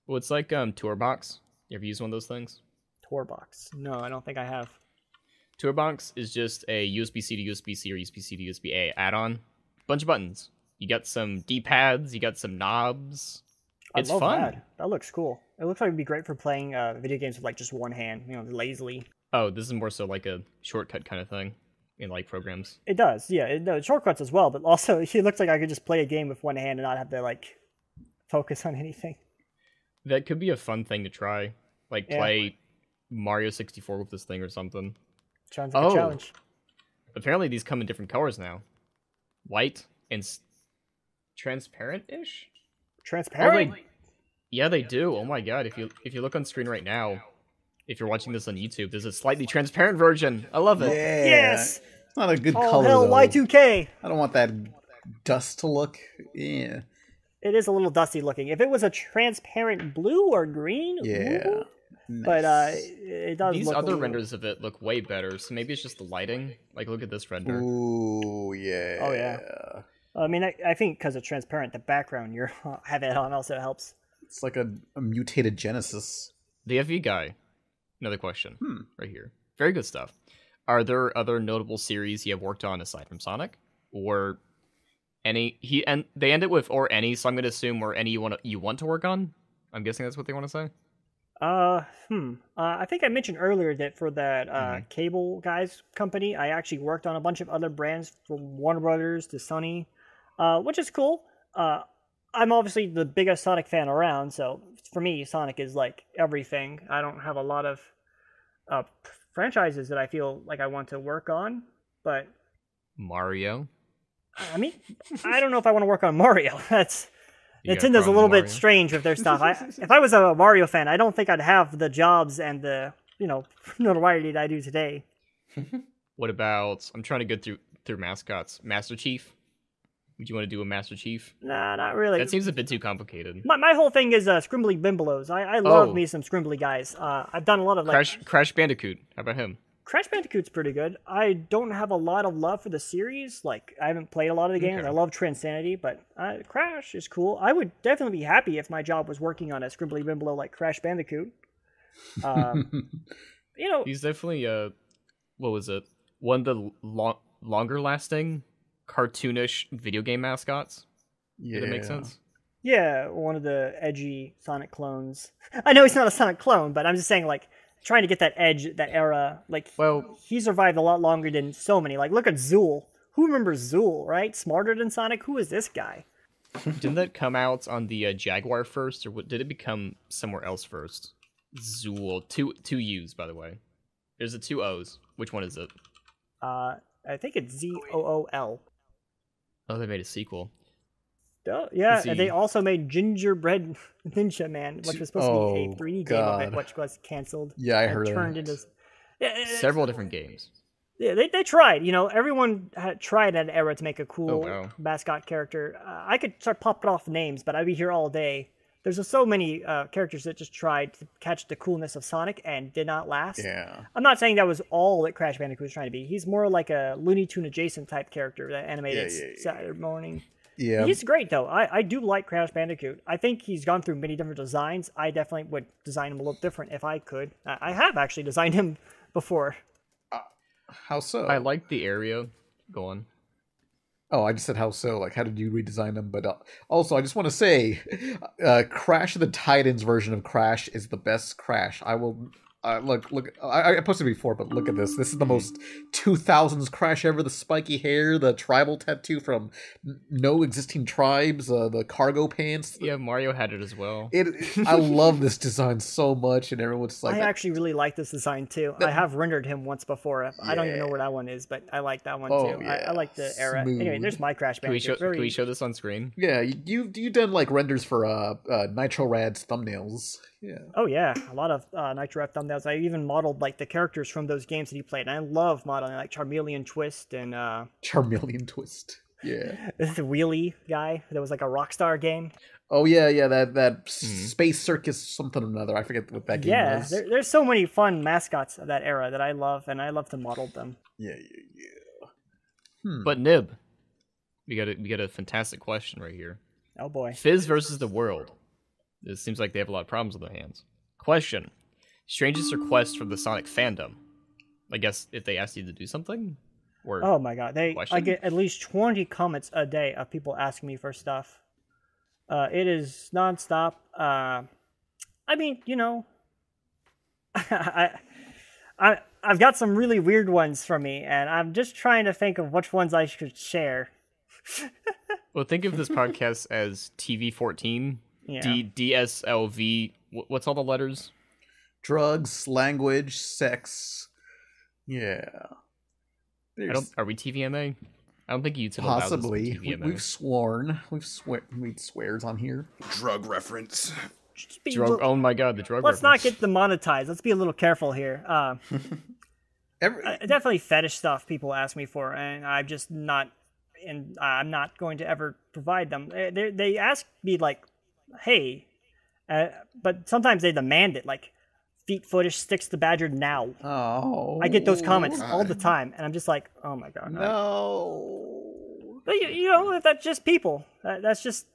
B: Well, it's like um Tourbox. You ever used one of those things?
D: Torbox. No, I don't think I have.
B: Tourbox is just a USB-C to USB-C or USB-C to USB-A add-on. Bunch of buttons. You got some D-pads. You got some knobs.
D: I
B: It's
D: love
B: fun.
D: That. that looks cool. It looks like it'd be great for playing uh, video games with like just one hand, you know, lazily.
B: Oh, this is more so like a shortcut kind of thing in like programs.
D: It does, yeah. It, no, shortcuts as well, but also [LAUGHS] it looks like I could just play a game with one hand and not have to like focus on anything.
B: That could be a fun thing to try. Like
D: Yeah.
B: play Mario 64 with this thing or something.
D: Sounds like
B: Oh.
D: a challenge.
B: Apparently these come in different colors now. White and s- transparent-ish? Oh,
D: Transparent.
B: they, yeah, they do. Oh my god! If you if you look on screen right now, if you're watching this on YouTube, there's a slightly transparent version. I love it.
A: Yeah.
D: Oh, yes.
A: It's not a good
D: Oh
A: color.
D: hell,
A: though.
D: Y two K.
A: I don't want that dust to look. Yeah.
D: It is a little dusty looking. If it was a transparent blue or green,
A: Yeah.
D: ooh. But uh,
A: Nice.
D: it does.
B: These
D: look a
B: other
D: little-
B: renders of it look way better. So maybe it's just the lighting. Like look at this render.
A: Ooh, yeah.
D: Oh, yeah. I mean, I, I think because of transparent, the background [LAUGHS] you're having it on also helps.
A: It's like a, a mutated Genesis.
B: The FE guy. Another question. Right here. Very good stuff. Are there other notable series you have worked on aside from Sonic, or any? He and they end it with or any. So I'm going to assume or any you want to you want to work on. I'm guessing that's what they want to say.
D: Uh, hmm. Uh, I think I mentioned earlier that for that uh, cable guys company, I actually worked on a bunch of other brands from Warner Brothers to Sony, uh, which is cool. Uh, I'm obviously the biggest Sonic fan around, so for me, Sonic is like everything. I don't have a lot of uh, p- franchises that I feel like I want to work on, but
B: Mario.
D: I mean, I don't know if I want to work on Mario. [LAUGHS] That's
B: You got
D: Nintendo's a
B: problem,
D: little
B: Mario?
D: bit strange with
B: [LAUGHS]
D: their stuff. I, if I was a Mario fan, I don't think I'd have the jobs and the you know [LAUGHS] notoriety that I do today.
B: What about? I'm trying to get through through mascots. Master Chief. Would you want to do a Master Chief?
D: Nah, not really.
B: That seems a bit too complicated.
D: my, my whole thing is uh, scrimbly bimbolos. I, I love
B: Oh.
D: me some scrimbly guys. Uh, I've done a lot of like
B: Crash Crash Bandicoot. How about him?
D: Crash Bandicoot's pretty good. I don't have a lot of love for the series. Like I haven't played a lot of the games.
B: Okay.
D: I love Transanity, but uh, Crash is cool. I would definitely be happy if my job was working on a scribbly bimbolo like Crash Bandicoot. Um,
B: [LAUGHS]
D: you know,
B: He's definitely uh, what was it? One of the long, longer lasting, cartoonish video game mascots.
A: Yeah.
B: Did it make sense?
D: yeah, one of the edgy Sonic clones. I know he's not a Sonic clone, but I'm just saying like trying to get that edge, that era. Like
B: Well,
D: he survived a lot longer than so many. Like look at Zool. Who remembers Zool? Right, smarter than Sonic. Who is this guy?
B: didn't that come out on the uh, Jaguar first, or what, did it become somewhere else first? Zool, two two U's by the way. There's the two O's. Which one is it?
D: Uh, I think it's Z O O L.
B: Oh, they made a sequel.
D: Oh, yeah,
B: Is
D: and they
B: he-
D: also made Gingerbread [LAUGHS] Ninja Man, which was supposed to be
A: Oh,
D: a 3D game of
A: God.
D: it, which was canceled.
A: Yeah, I
D: and
A: heard of
D: turned
A: that.
D: into yeah, yeah, yeah.
B: Several different games.
D: yeah, they, they tried. You know, everyone had tried at an era to make a cool
B: Oh, wow.
D: mascot character. Uh, I could start popping off names, but I'd be here all day. There's just so many uh, characters that just tried to catch the coolness of Sonic and did not last.
A: Yeah.
D: I'm not saying that was all that Crash Bandicoot was trying to be. He's more like a Looney Tune adjacent type character that animated
A: yeah, yeah.
D: Saturday morning.
A: Yeah.
D: [LAUGHS] He's great though. I, I do like Crash Bandicoot. I think he's gone through many different designs. I definitely would design him a little different if I could. I, I have actually designed him [LAUGHS] before.
A: How so?
B: I like the area. Go on.
A: Oh, I just said how so. Like, how did you redesign them? But uh, also, I just want to say, uh, Crash of the Titans version of Crash is the best Crash. I will uh, look. Look, I, I posted before, but look at this. This is the most two thousands Crash ever. The spiky hair, the tribal tattoo from n- no existing tribes, uh, the cargo pants.
B: Yeah, Mario had it as well.
A: It,
D: [LAUGHS]
A: I love this design so much, and everyone's like,
D: I actually really like this design too. I have rendered him once before. I don't even know where that one is, but I like that one
A: Oh,
D: too. I,
A: yeah.
D: I like the era. Anyway,
A: Smooth.
D: there's my Crash
B: Can we
D: Bandicoot.
B: show?
D: Very-
B: Can we show this on screen?
A: Yeah, you you done like renders for uh, uh Nitro Rad's thumbnails. Yeah.
D: Oh yeah, a lot of uh, Nitro F thumbnails. I even modeled like the characters from those games that he played. And I love modeling like Charmeleon Twist and uh, [LAUGHS]
A: Charmeleon twist. Yeah.
D: this is the Wheelie guy that was like a Rockstar game.
A: Oh yeah, yeah, that that s-
B: Hmm.
A: space circus something or another. I forget what that game
D: yeah,
A: was.
D: there, there's so many fun mascots of that era that I love, and I love to model them.
A: Yeah, yeah, yeah. Hmm.
B: But Nib, we got a, we got a fantastic question right here.
D: Oh boy,
B: Fizz versus the world. It seems like they have a lot of problems on their hands. Question: Strangest request from the Sonic fandom. I guess if they asked you to do something, or
D: oh my god, they I
B: Question?
D: get at least 20 comments a day of people asking me for stuff. Uh, it is nonstop. Uh, I mean, you know, [LAUGHS] I, I I've got some really weird ones for me, and I'm just trying to think of which ones I should share.
B: well, think
D: [LAUGHS]
B: of this podcast as TV fourteen,
D: Yeah.
B: D DSLV. wh- What's all the letters?
A: Drugs, language, sex. Yeah.
B: I
A: There's
B: don't. Are we TVMA? I don't think YouTube allows us to be
A: possibly we,
B: TVMA.
A: we've sworn we've swear we swears on here.
E: Drug reference.
D: Just be-
B: Drug, oh my god, the drug.
D: let's not
B: reference.
D: get demonetized. Let's be a little careful here. Uh,
A: Every,
D: I- definitely fetish stuff people ask me for, and I'm just not, and I'm not going to ever provide them. They they, they ask me like, hey, uh, but sometimes they demand it like, feet footish sticks to badger now.
A: oh,
D: I get those comments all the time, and I'm just like, oh my god.
A: No.
D: But you, you know, that's just people. That, that's just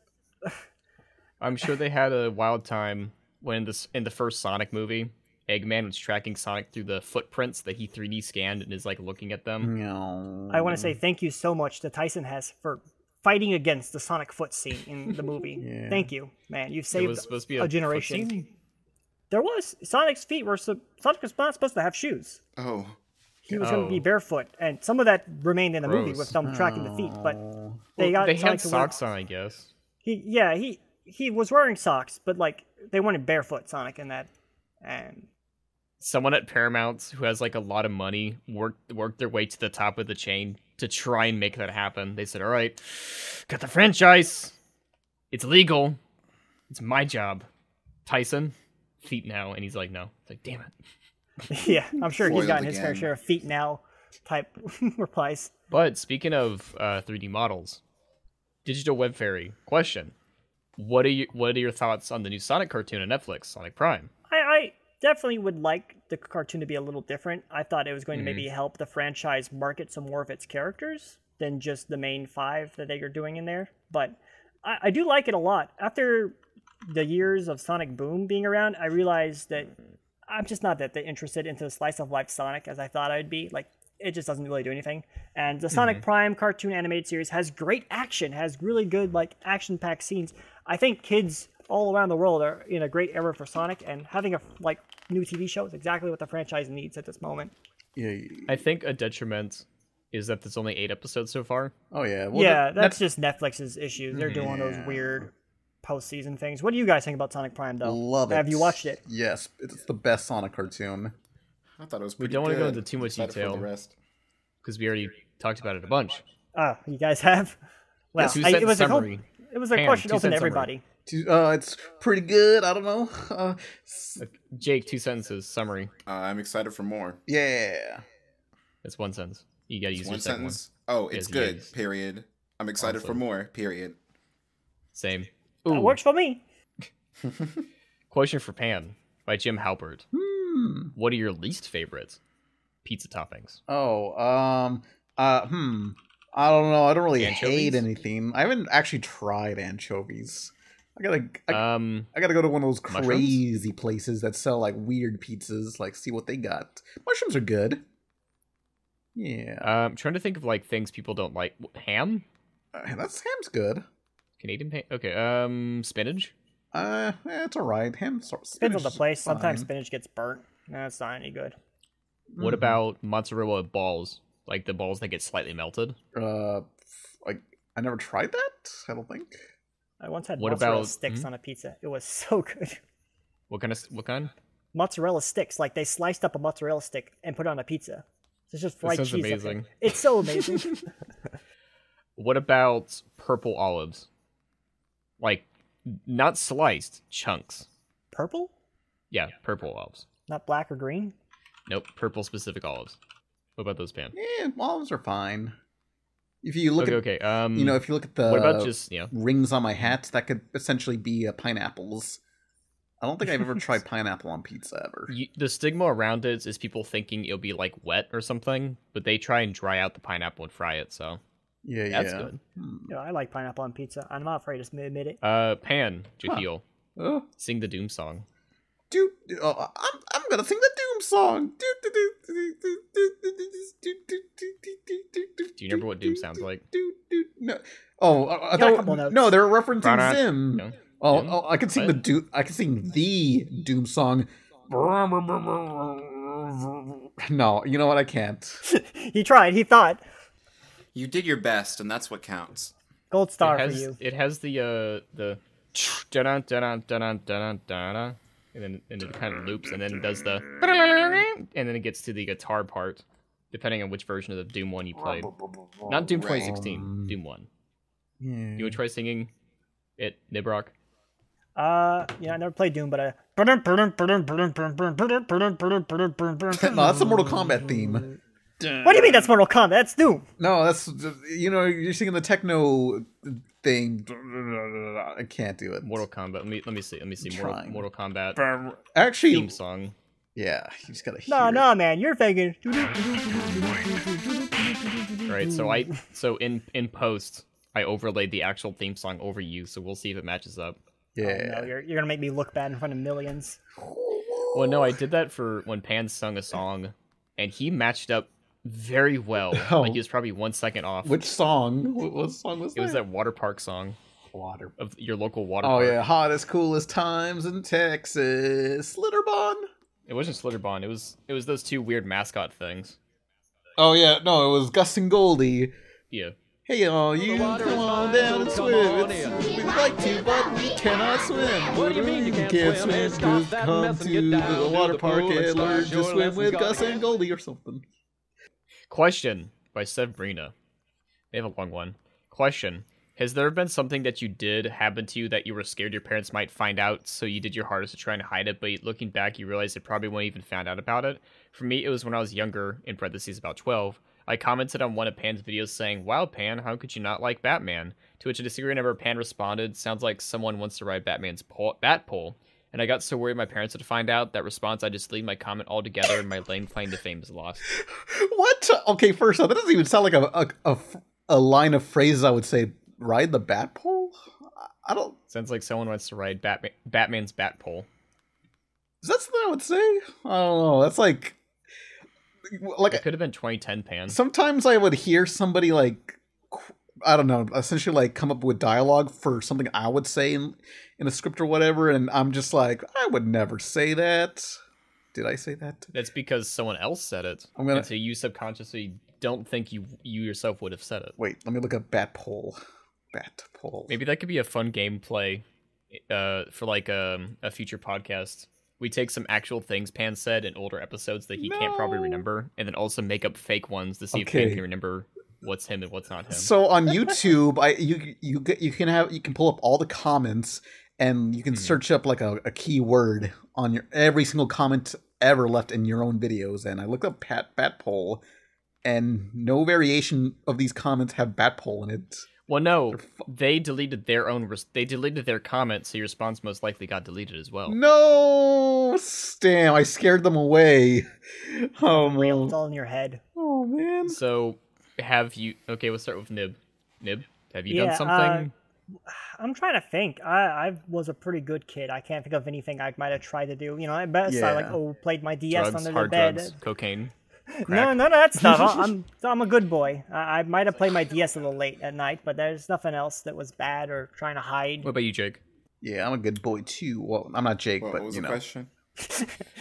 B: I'm sure they had a wild time when this in the first Sonic movie, Eggman was tracking Sonic through the footprints that he 3D scanned and is like looking at
D: Mm.
B: them.
A: No.
D: I want to say thank you so much to Tyson Hess for fighting against the Sonic foot scene in
B: [LAUGHS]
D: the movie.
A: Yeah.
D: Thank you, man. You've
B: It
D: saved
B: was supposed to be
D: a,
B: a,
D: generation.
B: foot scene?
D: There was Sonic's feet were sup- Sonic was not supposed to have shoes.
E: Oh,
D: He was going to be
B: Oh.
D: barefoot, and some of that remained in the movie with
B: Gross.
D: them tracking the feet. But
E: Oh.
D: they got
B: they had
D: Sonic to wear-
B: socks on, I guess.
D: He yeah he he was wearing socks, but like they wanted barefoot Sonic in that, and [LAUGHS]
B: Someone at Paramount who has like a lot of money worked worked their way to the top of the chain to try and make that happen. They said, "All right, got the franchise. It's legal. It's my job." Tyson, feet now, and he's like, "No." It's like, "Damn it."
D: yeah I'm sure he's
E: Foiled
D: gotten his fair
E: again.
D: share of feet now type [LAUGHS] replies.
B: But speaking of uh, 3D models, Digital Web Fairy question: What are you, what are your thoughts on the new Sonic cartoon on Netflix, Sonic Prime?
D: I, I definitely would like the cartoon to be a little different. I thought it was going to maybe help the franchise market some more of its characters than just the main five that they are doing in there. But I, I do like it a lot. After the years of Sonic Boom being around, I realized that I'm just not that interested into the slice of life Sonic as I thought I'd be. Like it just doesn't really do anything. And the
B: Mm-hmm.
D: Sonic Prime cartoon animated series has great action, has really good like action-packed scenes. I think kids all around the world are in a great era for Sonic, and having a like new TV show is exactly what the franchise needs at this moment.
A: Yeah, yeah.
B: I think a detriment is that there's only eight episodes so far.
A: Oh yeah. Well,
D: yeah,
A: that-
D: that's, just Netflix's issue. They're doing
B: Mm-hmm.
D: those weird postseason things. What do you guys think about Sonic Prime though?
A: Love it.
D: Have you watched it?
A: Yes, it's the best Sonic cartoon.
E: I thought it was.
B: We
E: Pretty
B: don't
E: want
B: wanna
E: to
B: go into too much detail.
E: The rest.
B: because we already talked about it a bunch.
D: Oh, you guys [LAUGHS] have. Well,
B: Yes, who
D: I-
B: said
D: it was oh. a
B: summary?
D: com- it was a
B: Pam,
D: question
B: who
D: open
B: said
D: to
B: summary?
D: everybody.
A: Two- Uh, it's pretty good. I don't know. [LAUGHS] Uh, s-
B: Jake, two sentences summary.
E: Uh, I'm excited for more.
A: yeah.
B: That's one sentence. You gotta use your
E: One
B: second one.
E: sentence. Oh,
B: Yes,
E: it's good.
B: yes.
E: Period. I'm excited for
B: Awesome.
E: more. Period.
B: Same.
D: It
B: Ooh,
D: works for me.
B: question for Pam by Jim Halpert.
A: Hmm.
B: What are your least favorites? Pizza toppings.
A: Oh. Um. Uh. Hmm. I don't know. I don't really
B: Anchovies?
A: hate anything. I haven't actually tried anchovies. I gotta. I,
B: Um,
A: I gotta go to one of those
B: mushrooms?
A: crazy places that sell like weird pizzas. Like, see what they got. Mushrooms are good. Yeah.
B: uh, I'm trying to think of like things people don't like. Ham?
A: Uh, that Sam's good.
B: Canadian paint. Okay. Um, spinach.
A: Uh, eh, it's all right. Ham sort
D: Depends on the place. Sometimes spinach gets burnt. That's not any good.
A: Mm-hmm.
B: What about mozzarella balls? Like the balls that get slightly melted.
A: Uh, like I never tried that. I don't think.
D: I once had
B: What
D: mozzarella
B: about-
D: sticks
B: hmm?
D: on a pizza. It was [LAUGHS] so good.
B: What kind of what kind?
D: Mozzarella sticks, like they sliced up a mozzarella stick and put it on a pizza. It's just fried
B: sounds
D: cheese. up there.
B: amazing.
D: It's so
B: [LAUGHS]
D: amazing.
B: What about purple olives? Like not sliced chunks.
D: Purple?
B: Yeah, purple olives.
D: Not black or green?
B: Nope, purple specific olives. What about those, Pam?
A: Yeah, olives are fine. If you look
B: Okay,
A: at
B: okay. Um,
A: you know if uh, you look at the
B: what about just yeah?
A: rings on my hat, that could essentially be uh, pineapples. I don't think I've ever tried pineapple on pizza ever.
B: You, the stigma around it is people thinking it'll be like wet or something, but they try and dry out the pineapple and fry it. So
A: Yeah, yeah.
B: that's good.
D: Yeah, I like pineapple on pizza. I'm not afraid to admit it. [LAUGHS]
B: Uh, Pan Jahiel,
A: Oh,
B: sing the doom song.
A: dude, oh, I'm I'm gonna sing the Doom song. Do
B: you remember what Doom sounds like?
A: No. Oh, I, I
D: Got a
A: thought
D: couple notes.
A: no, they were referencing
B: Ba-da.
A: Zim.
B: No?
A: Oh,
B: Doom?
A: oh, I can sing the
B: What?
A: Doom. I can sing the Doom song. No, you know what? I can't.
D: he tried. He thought.
E: You did your best, and that's what counts.
D: Gold star
B: it has,
D: for you.
B: It has the uh the dun dun dun dun dun and then and it kind of loops and then it does the
C: Oh
B: and then it gets to the guitar part, depending on which version of the Doom one you played. Not Doom 2016, Doom one. You want to try singing it, Nibrock?
D: Uh, yeah, I never played Doom, but uh, what
A: No, that's the Mortal Kombat theme.
D: do you mean that's Mortal Kombat? That's Doom.
A: No, that's you know you're singing the techno thing. I can't do it.
B: Mortal Kombat. Let me let me see. Let me see. Mortal,
A: Trying.
B: Mortal Kombat
A: Actually,
B: theme song.
A: yeah, you just gotta. Hear
D: No,
A: it.
D: no, man, you're thinking.
B: Right. So I so in in post I overlaid the actual theme song over you. So we'll see if it matches up.
D: No,
A: Yeah.
D: you're, you're gonna make me look bad in front of millions.
B: Well, no,
A: Oh.
B: I did that for when Pan sung a song, and he matched up very well.
A: [LAUGHS] Oh.
B: Like he was probably one second off.
A: Which song? What, what song was
B: it
A: that?
B: was that water park song
A: water.
B: of your local water
A: Oh
B: park.
A: yeah, hottest, coolest times in Texas. Slitterbond.
B: It wasn't Slitterbond. It was it was those two weird mascot things.
A: Oh yeah, no, it was Gus and Goldie.
B: Yeah.
A: Hey, all you, come on down and swim. It's, we'd like to, but we cannot swim. What do you mean you can't, swim? Just come to the water park and learn to swim with Gus and Goldie or something. [LAUGHS]
B: Question by Severina. They have a long one. Question. Has there been something that you did happen to you that you were scared your parents might find out, so you did your hardest to try and hide it, but looking back, you realized they probably won't even found out about it? For me, it was when I was younger, in parentheses about 12. I commented on one of Pan's videos saying, Wow, Pan, how could you not like Batman? To which a disagreeing member of Pan responded, Sounds like someone wants to ride Batman's pole- bat pole. And I got so worried my parents would find out that response, I just leave my comment altogether and my lane claim to fame is lost.
A: What? Okay, first off, that doesn't even sound like a a, a f- a line of phrases I would say. Ride the bat pole? I- I don't.
B: Sounds like someone wants to ride Batman, Batman's bat pole.
A: Is that something I would say? I don't know. That's like, like
B: It could have been 2010 Pan.
A: sometimes I would hear somebody like qu- I don't know, essentially like come up with dialogue for something I would say in in a script or whatever, and I'm just like, I would never say that. Did I say that?
B: That's because someone else said it.
A: I'm gonna-
B: And so you subconsciously don't think you you yourself would have said it.
A: Wait, let me look up bat pole. Bat pole.
B: Maybe that could be a fun gameplay uh, for like um, a future podcast. We take some actual things Pan said in older episodes that he can't probably
A: No.
B: remember, and then also make up fake ones to see if
A: Okay.
B: Pan can remember what's him and what's not him.
A: So on YouTube, I you you get you can have you can pull up all the comments and you can
B: Hmm.
A: search up like a, a keyword on your every single comment ever left in your own videos. And I looked up Pat Bat Poll, and no variation of these comments have Bat Poll in it.
B: well, no, they deleted their own. Res- they deleted their comments, so your response most likely got deleted as well.
A: No, damn! I scared them away. [LAUGHS] Oh
D: It's
A: man!
D: all in your head.
A: Oh man!
B: So, have you? Okay, we'll start with Nib. Nib, have you
D: Yeah, uh,
B: done something?
D: I'm trying to think. I, I was a pretty good kid. I can't think of anything I might have tried to do. You know, at best I like
A: Yeah.
D: oh played my DS
B: drugs,
D: under the
B: hard
D: bed.
B: drugs, cocaine.
D: No, none of that stuff. I-
B: [LAUGHS]
D: I'm I'm a good boy. I, I might have played my DS a little late at night, but there's nothing else that was bad or trying to hide.
B: What about you, Jake?
A: Yeah, I'm a good boy too. Well, I'm not Jake,
E: What,
A: but
E: what was
A: you
E: the
A: know.
E: question?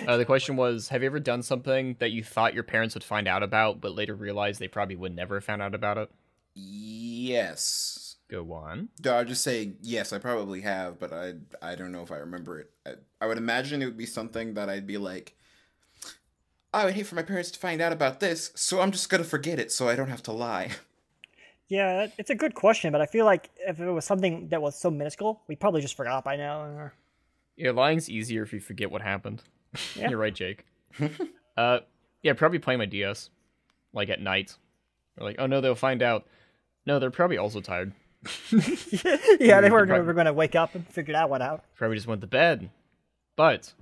B: Uh, the question was Have you ever done something that you thought your parents would find out about, but later realized they probably would never have found out about it?
E: Yes.
B: Go on.
E: No, I'll just say yes. I probably have, but I I don't know if I remember it. I, I would imagine it would be something that I'd be like, "Oh, I would hate for my parents to find out about this, so I'm just gonna forget it, so I don't have to lie. [LAUGHS]
D: Yeah, that- it's a good question, but I feel like if it was something that was so minuscule, we probably just forgot by now. [LAUGHS] or-
B: Yeah, lying's easier if you forget what happened. [LAUGHS]
D: Yeah.
B: You're right, Jake. [LAUGHS] uh, yeah, probably playing my DS, like at night. Or like, oh no, they'll find out. No, they're probably also tired.
D: yeah, they
B: could
D: weren't
B: prob-
D: ever going to wake up and figure that one out.
B: Probably just went to bed. But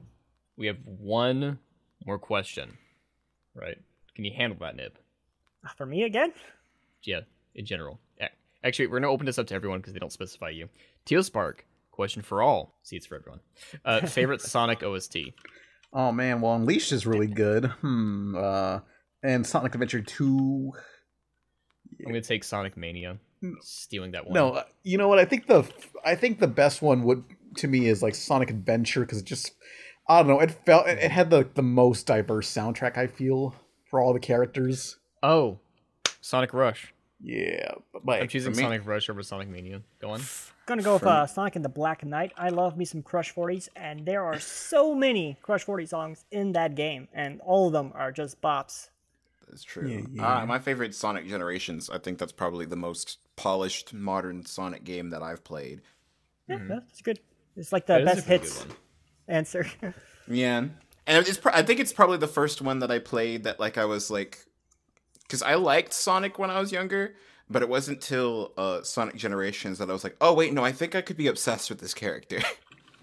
B: we have one more question, right? Can you handle that, Nib?
D: For me again?
B: yeah, in general. A- Actually, we're gonna open this up to everyone because they don't specify you. Teal Spark, question for all. See, it's for everyone. Uh, favorite Sonic OST.
A: Oh man, well Unleashed is really good. Hmm. Uh, and Sonic Adventure Two.
B: I'm gonna take Sonic Mania, stealing that one.
A: No, uh, you know what? I think the I think the best one would to me is like Sonic Adventure because it just I don't know. It felt it, it had the the most diverse soundtrack. I feel for all the characters.
B: Oh, Sonic Rush.
A: Yeah, but
B: I'm
A: like,
B: choosing
E: for me-
B: Sonic Rush over Sonic Mania. Go on.
D: Gonna go with uh, Sonic and the Black Knight. I love me some Crush 40s, and there are so many Crush 40 songs in that game, and all of them are just bops.
E: That's true.
A: Yeah, yeah.
E: Ah, my favorite Sonic Generations. I think that's probably the most polished modern Sonic game that I've played.
D: Yeah, that's good. It's like the
B: Mm-hmm. That is a
D: best
B: pretty good
D: hits
B: one.
D: answer. [LAUGHS]
E: Yeah, and it's. Pro- I think it's probably the first one that I played that like I was like, because I liked Sonic when I was younger, but it wasn't till uh, Sonic Generations that I was like, oh wait, no, I think I could be obsessed with this character. [LAUGHS]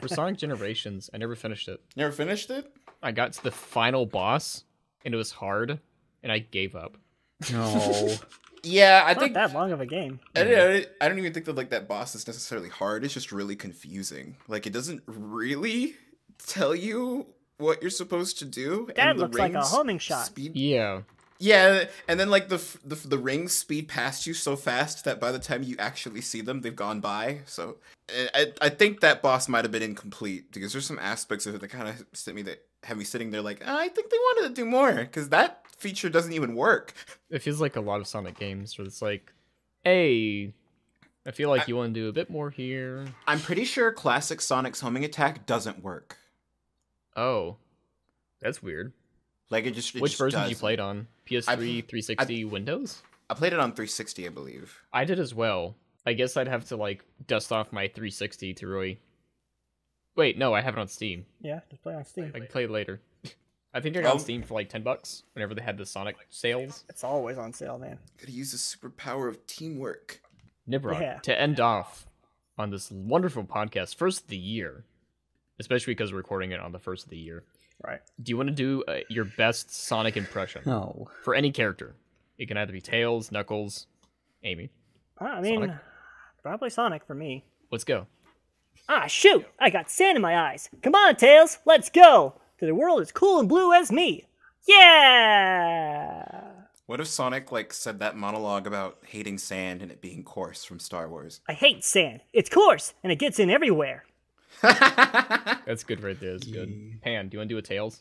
B: For Sonic Generations, I never finished it.
E: Never finished it.
B: I got to the final boss, and it was hard, and I gave up.
A: [LAUGHS] no.
E: Yeah, I
D: Not
E: think
D: that long of a game.
E: I don't, I don't even think that like that boss is necessarily hard. It's just really confusing. Like it doesn't really tell you what you're supposed to do.
D: That
E: and the
D: looks like a
E: rings
D: homing shot.
E: Speed.
B: Yeah.
E: Yeah, and then like the, f- the f- the rings speed past you so fast that by the time you actually see them, they've gone by. So I I- I think that boss might have been incomplete because there's some aspects of it that kind of sit me that have me sitting there like I think they wanted to do more because that feature doesn't even work.
B: it feels like a lot of Sonic games where it's like, hey, I feel like you want to do a bit more here.
E: I'm pretty sure classic Sonic's homing attack doesn't work.
B: Oh, that's weird.
E: Like it just it
B: Which
E: just
B: version did you
E: doesn't.
B: played on? PS3, 360, Windows?
E: I played it on 360, I believe.
B: I did as well. I guess I'd have to like dust off my 360 to really. Wait, no, I have it on Steam.
D: Yeah, just play on Steam.
B: I can play it later. [LAUGHS] I think I got it on
E: Oh.
B: Steam for like ten bucks whenever they had the Sonic sales.
D: It's always on sale, man.
E: Gotta use the superpower of teamwork.
B: Nibrod,
D: Yeah.
B: to end off on this wonderful podcast, first of the year, especially because we're recording it on the first of the year.
D: Right.
B: Do you want to do uh, your best Sonic impression
D: [LAUGHS]
A: No.
B: for any character? It can either be Tails, Knuckles, Amy.
D: I mean,
B: Sonic?
D: probably Sonic for me.
B: Let's go.
D: Ah, shoot! I got sand in my eyes. Come on, Tails, let's go! To the world as cool and blue as me. Yeah!
E: What if Sonic like said that monologue about hating sand and it being coarse from Star Wars?
D: I hate sand. It's coarse, and it gets in everywhere. [LAUGHS]
B: That's good right there. That's good. Pan, do you want to do a Tails?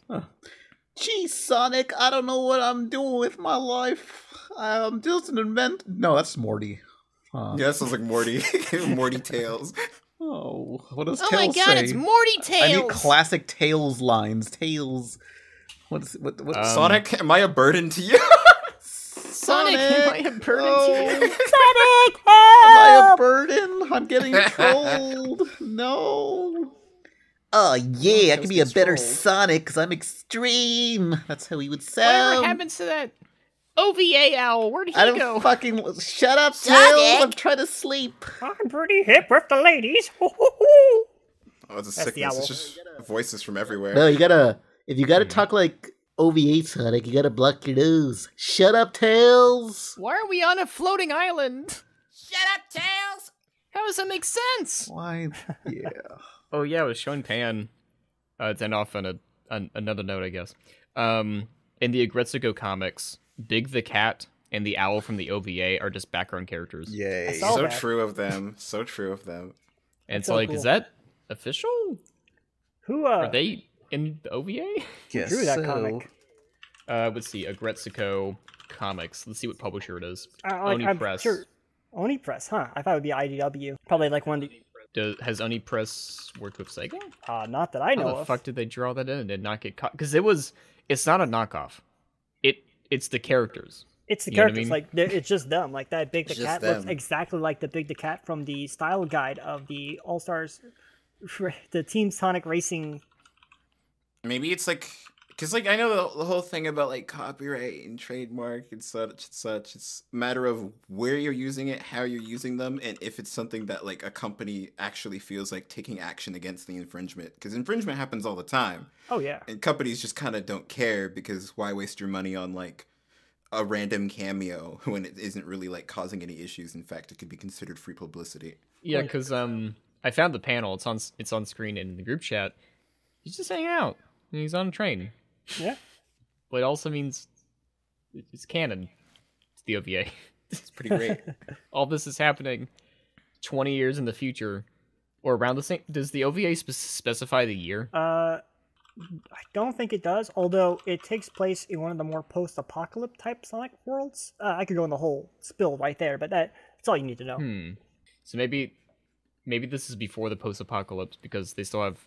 A: Gee, Sonic, I don't know what I'm doing with my life. I'm just an invent. No, that's Morty.
E: Yeah, that sounds like Morty. [LAUGHS] Morty Tales.
A: Oh, what does
C: Oh my
A: Tails
C: god,
A: say?
C: it's Morty
A: I
C: Tails.
A: need classic Tails lines. Tails. What's what? What?
B: Um,
E: Sonic, am I a burden to you? [LAUGHS]
A: Sonic,
C: am I a burden
A: Oh,
D: Sonic,
A: [LAUGHS] Am I a
D: help!
A: burden? I'm
C: [LAUGHS]
A: getting trolled. No. Oh yeah, I can be a better Sonic because I'm extreme. That's how he would sound.
C: Whatever happens to that OVA owl? Where'd he
A: Um, I don't
C: go?
A: fucking shut up, Tails.
C: Sonic!
A: I'm trying to sleep.
D: I'm pretty hip with the ladies. [LAUGHS] Ho, ho, ho.
E: Oh, it's a
D: the
E: sickness. It's
D: owl.
E: just voices from everywhere.
A: No, you gotta. If you gotta talk like OVA Sonic, you gotta block your nose. Shut up, Tails.
C: Why are we on a floating island? Shut up, Tails! How does that make sense?
A: Why? Yeah.
B: Oh yeah, I was showing Pan. Uh, to end off on a on another note, I guess. Um, In the Agretsuko comics, Big the Cat and the Owl from the OVA are just background characters.
A: Yay.
D: I saw-
E: so
D: Callback.
E: true of them. So true of them.
B: And it's
D: so
B: like,
D: cool.
B: is that official?
D: Who
B: Are
D: uh,
B: they in the OVA?
A: Guess
D: drew that
A: so.
D: comic?
B: Uh, let's see, Agretsuko comics. Let's see what publisher it is.
D: I- like,
B: Oni
D: I'm
B: Press.
D: Sure. Oni Press, huh? I thought it would be IDW. Probably like one of the.
B: Does, has Oni Press worked with Sega?
D: Uh, not that I know
B: How the
D: of.
B: fuck did they draw that in and did not get caught? Because it was, it's not a knockoff. It it's the characters.
D: It's the
B: You know what I
D: characters,
B: mean?
D: like they're- it's just them. Like that Big the
E: It's just
D: Cat looks
E: them.
D: exactly like the Big the Cat from the style guide of the All Stars, [LAUGHS] the Team Sonic Racing.
E: Maybe it's like because like I know the, the whole thing about like copyright and trademark and such and such. It's a matter of where you're using it, how you're using them, and if it's something that like a company actually feels like taking action against the infringement. Because infringement happens all the time,
D: Oh yeah,
E: and companies just kind of don't care because why waste your money on like a random cameo [LAUGHS] when it isn't really like causing any issues. In fact, it could be considered free publicity.
B: Yeah, because um, I found the panel. It's on it's on screen in the group chat. He's just hanging out. And he's on a train.
D: yeah.
B: But it also means it- it's canon. It's the OVA.
E: It's pretty great.
B: All this is happening twenty years in the future, or around the same. Does the OVA spe- specify the year?
D: Uh, I don't think it does. Although it takes place in one of the more post-apocalyptic type Sonic worlds. Uh, I could go in the whole spill right there, but that that's all you need to
B: Hmm.
D: know.
B: So maybe maybe this is before the post-apocalypse because they still have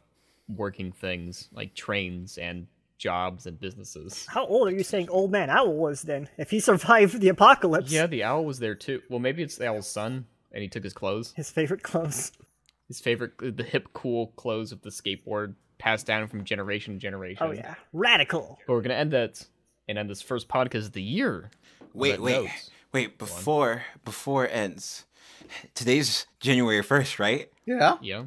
B: working things like trains and jobs and businesses.
D: How old are you saying Old Man Owl was then? If he [LAUGHS] survived the apocalypse,
B: Yeah, the owl was there too. Well, maybe it's the owl's son and he took his clothes.
D: his favorite clothes.
B: His favorite uh, the hip cool clothes of the skateboard passed down from generation to generation.
D: Oh yeah, radical.
B: But we're going to end that and end this first podcast of the year. on
E: Wait,
B: that
E: wait,
B: note.
E: wait! Before before it ends, today's January first, right?
A: Yeah.
B: Yeah.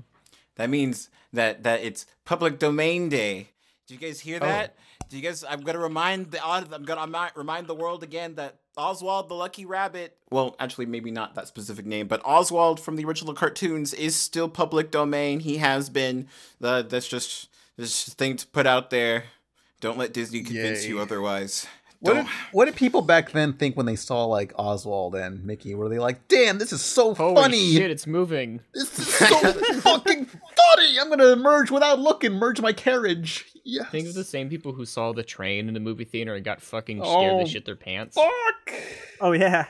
E: That means that that it's public domain day. Do you guys hear that? Do you guys? I'm gonna remind the aud- I'm gonna remi- remind the world again that Oswald the Lucky Rabbit. Well, actually, maybe not that specific name, but Oswald from the original cartoons is still public domain. He has been. The that's just this thing to put out there. Don't let Disney convince
A: Yay.
E: you otherwise.
A: What
E: [LAUGHS] Don't.
A: did, what did people back then think when they saw like Oswald and Mickey? Were they like, "Damn, this is so
B: Holy
A: funny!
B: shit, it's moving.
A: This is [LAUGHS] so fucking funny! I'm gonna emerge without looking, merge my carriage." Yes.
B: Think of the same people who saw the train in the movie theater and got fucking scared
A: Oh,
B: to shit their pants.
A: Fuck.
D: Oh yeah.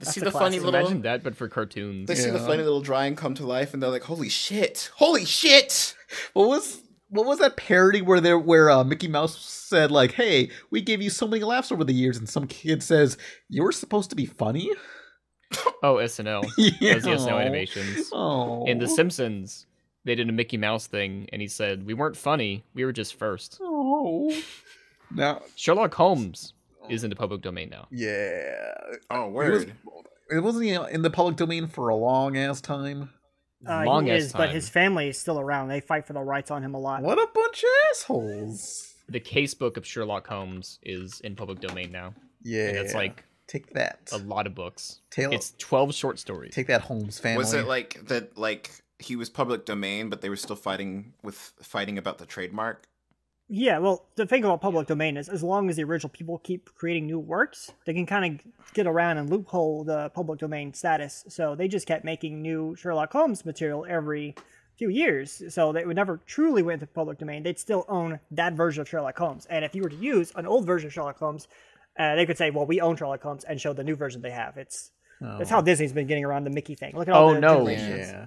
E: See
D: a
E: the funny
D: classic.
E: little.
B: Imagine that, but for cartoons.
E: They see the
A: Yeah.
E: funny little drawing come to life, and they're like, "Holy shit! Holy shit!"
A: What was what was that parody where there where uh, Mickey Mouse said like, "Hey, we gave you so many laughs over the years," and some kid says, "You were supposed to be funny." [LAUGHS]
B: Oh, SNL.
A: Yeah.
B: Those SNL animations.
A: Oh.
B: In The Simpsons, they did a Mickey Mouse thing, and he said, "We weren't funny. We were just first.
A: Oh. Now,
B: Sherlock Holmes is in the public domain now.
A: yeah,
E: Oh,
A: It was- It wasn't you know, in the public domain for a long ass time.
D: Uh,
B: Long
D: he
B: ass
D: is, but
B: time.
D: his family is still around. They fight for the rights on him a lot.
A: What a bunch of assholes.
B: The casebook of Sherlock Holmes is in public domain now.
A: Yeah.
B: And it's like
A: take that.
B: a lot of books.
A: Tail-
B: It's twelve short stories.
A: take that Holmes family.
E: Was it like that? Like he was public domain, but they were still fighting with fighting about the trademark.
D: Yeah, well, the thing about public domain is, as long as the original people keep creating new works, they can kind of get around and loophole the public domain status. So they just kept making new Sherlock Holmes material every few years. So they would never truly went into public domain. They'd still own that version of Sherlock Holmes. And if you were to use an old version of Sherlock Holmes, uh, they could say, "Well, we own Sherlock Holmes," and show the new version they have. It's that's how Disney's been getting around the Mickey thing. Look at all
B: Oh,
D: the
B: no.
D: generations.
A: yeah.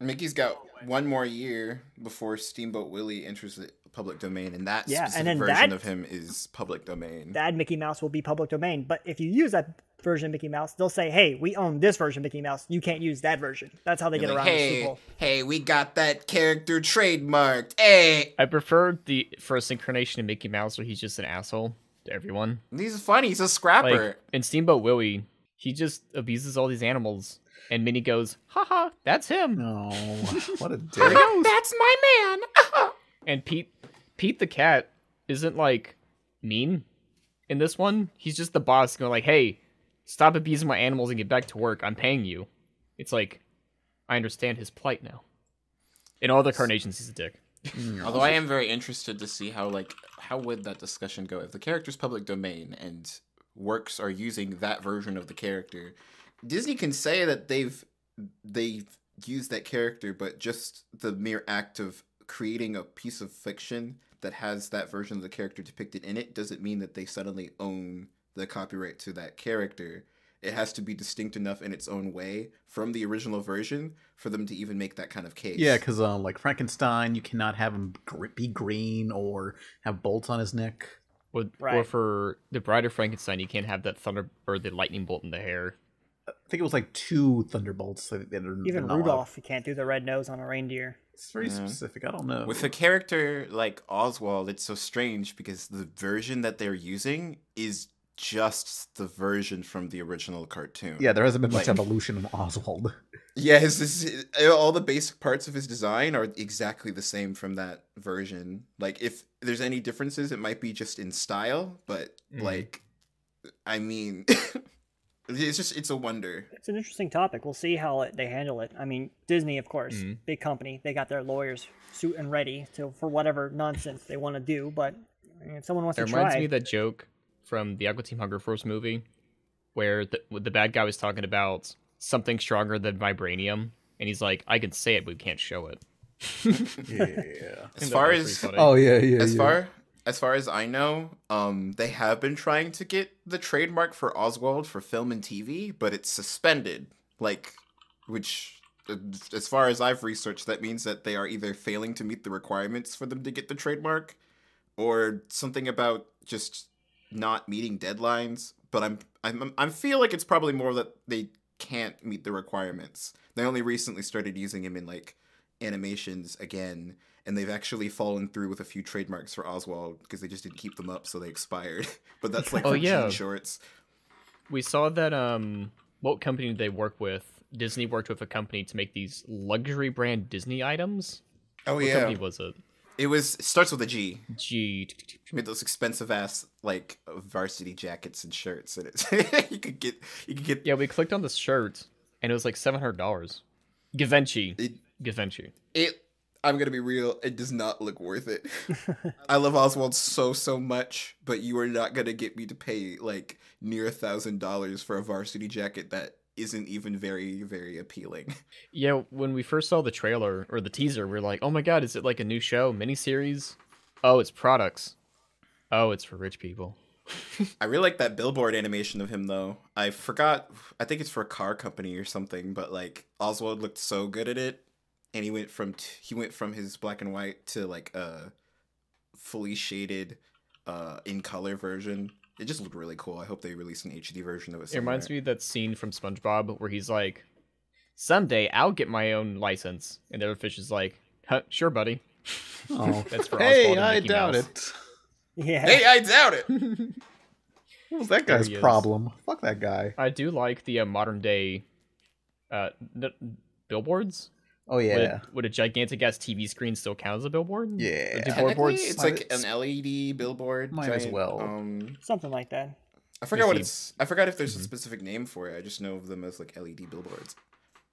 E: Mickey's got one more year before Steamboat Willie enters the public domain, and that
D: Yeah, and
E: specific
D: then
E: version
D: that-
E: of him is public domain.
D: that Mickey Mouse will be public domain. But if you use that version of Mickey Mouse, they'll say, "Hey, we own this version of Mickey Mouse. You can't use that version." That's how they get
E: Like,
D: around this
E: hey,
D: loophole.
E: hey, we got that character trademarked. Hey,
B: I prefer the first incarnation of Mickey Mouse, where he's just an asshole to everyone.
E: he's funny. He's a scrapper.
B: Like in Steamboat Willie, he just abuses all these animals, and Minnie goes, "Ha ha, that's him."
A: No. What a dick.
E: That's my man.
B: And Pete, Pete the cat isn't like mean in this one. He's just the boss going like, "Hey, stop abusing my animals and get back to work. I'm paying you." It's like I understand his plight now. In all the carnations, he's a dick.
E: Although I am very interested to see how like how would that discussion go if the character's public domain and works are using that version of the character. Disney can say that they've they've used that character, but just the mere act of creating a piece of fiction that has that version of the character depicted in it doesn't mean that they suddenly own the copyright to that character. It has to be distinct enough in its own way from the original version for them to even make that kind of case.
A: Yeah, because um, like Frankenstein, you cannot have him gr- be Mm, green or have bolts on his neck.
B: Or, or
D: Right.
B: for the Bride of Frankenstein, you can't have that thunder or the lightning bolt in the hair.
A: I think it was like two thunderbolts that that are
D: Even
A: mm, they're not allowed.
D: Rudolph, you can't do the red nose on a reindeer.
A: It's very
C: Mm-hmm.
E: Yeah.
A: specific. I don't know.
E: With a character like Oswald, it's so strange because the version that they're using is just the version from the original cartoon.
A: yeah, there hasn't been much
E: Like-
A: evolution in Oswald.
E: Yeah, his, his, uh, all the basic parts of his design are exactly the same from that version. Like, if there's any differences, it might be just in style, but
B: Mhm.
E: like, I mean, [LAUGHS] it's just, it's a wonder.
D: It's an interesting topic. We'll see how it, they handle it. I mean, Disney, of course,
B: Mhm.
D: big company. They got their lawyers suit and ready to for whatever nonsense they want to do. But if someone wants
B: It
D: to
B: reminds
D: try,
B: me of that joke from the Aqua Team Hunger Force movie where the, the bad guy was talking about something stronger than vibranium. And he's like, I can say it, but we can't show it.
A: yeah.
E: As
B: And that
E: far
B: was
E: as
B: pretty
A: [LAUGHS]
B: funny.
A: Oh yeah, yeah.
E: as
A: yeah.
E: far as far as I know, um, they have been trying to get the trademark for Oswald for film and TV, but it's suspended. Like, which, uh, as far as I've researched, that means that they are either failing to meet the requirements for them to get the trademark, or something about just not meeting deadlines. But I'm I'm I'm feel like it's probably more that they can't meet the requirements. They only recently started using him in like animations again, and they've actually fallen through with a few trademarks for Oswald because they just didn't keep them up, so they expired. [LAUGHS] but that's like
B: Oh,
E: for
B: yeah.
E: jean shorts.
B: We saw that, um, what company did they work with? Disney worked with a company to make these luxury brand Disney items.
E: Oh
B: What
E: yeah,
B: company was it?
E: it was it starts with a G.
B: Gee.
E: Made those expensive ass like varsity jackets and shirts, and it [LAUGHS] you could get you could get
B: Yeah, we clicked on the shirt and it was like $700. Givenchy.
E: it.
B: Givenchy.
E: it i'm gonna be real it does not look worth it i love oswald so so much but you are not gonna get me to pay like near a thousand dollars for a varsity jacket that isn't even very very appealing
B: Yeah, when we first saw the trailer or the teaser, we are like, "Oh my god, is it like a new show, miniseries? Oh, it's products. Oh, it's for rich people."
E: i really like that billboard animation of him though i forgot i think it's for a car company or something but like oswald looked so good at it and he went from t- he went from his black and white to like a fully shaded uh in color version it just looked really cool i hope they release an hd version of it
B: It reminds me of that scene from SpongeBob where he's like, "Someday I'll get my own license," and the other fish is like, huh, "Sure, buddy."
E: [LAUGHS]
A: Oh.
B: That's for
A: [LAUGHS]
B: Oswald
A: Hey,
B: and
A: I
B: Mickey
A: doubt
B: Mouse.
A: it.
D: yeah,
E: Hey, I doubt it.
A: What was that
B: There
A: guy's
B: he is.
A: problem? Fuck that guy.
B: I do like the uh, modern day, uh, n- billboards.
A: Oh
B: Would,
A: yeah.
B: would a gigantic ass TV screen still count as a billboard?
A: Yeah.
B: Or do
E: Technically,
B: billboards?
E: it's
A: might
E: like
A: as-
E: an LED billboard.
A: might as
E: giant,
A: well.
E: Um,
D: something like that.
E: I forgot what
B: see.
E: it's. I forgot if there's a specific name for it. I just know of them as like LED billboards.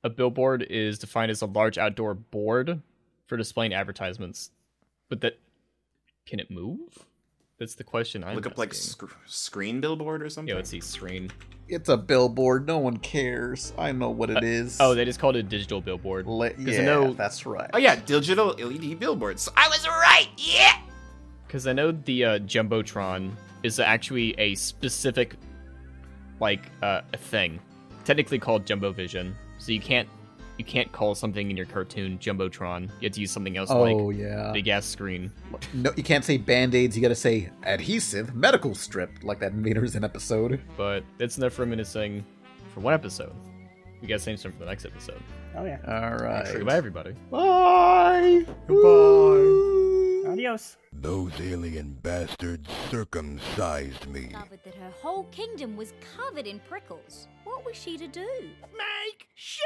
B: A billboard is defined as a large outdoor board for displaying advertisements. But that can it move? That's the question I
E: Look up like sc- screen billboard or something.
B: yeah, let's see screen.
A: It's a billboard. No one cares. I know what it is.
B: Oh, they just called it a digital billboard.
A: Le-
B: I
A: yeah,
B: know-
A: that's right.
E: oh yeah, digital LED billboards. I was right. Yeah.
B: Because I know the uh, jumbotron is actually a specific, like uh, a thing, technically called jumbo vision. So you can't you can't call something in your cartoon jumbotron. You have to use something else
A: Oh
B: like
A: yeah.
B: big ass screen.
A: No, you can't say band aids. You gotta say adhesive medical strip, like that Invaders in episode.
B: But that's enough reminiscing for one episode. We got the same stuff for the next episode.
D: Oh yeah.
A: All
B: Say
A: right.
B: Goodbye, everybody.
A: Bye. Goodbye.
D: Adios.
F: Those alien bastards circumcised me.
C: discovered that her whole kingdom was covered in prickles. What was she to do?
G: Make shoes!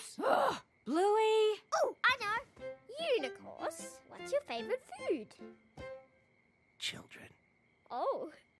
C: [GASPS] Bluey? Oh, I know. Unicorns. What's your favorite food?
G: Children.
C: Oh,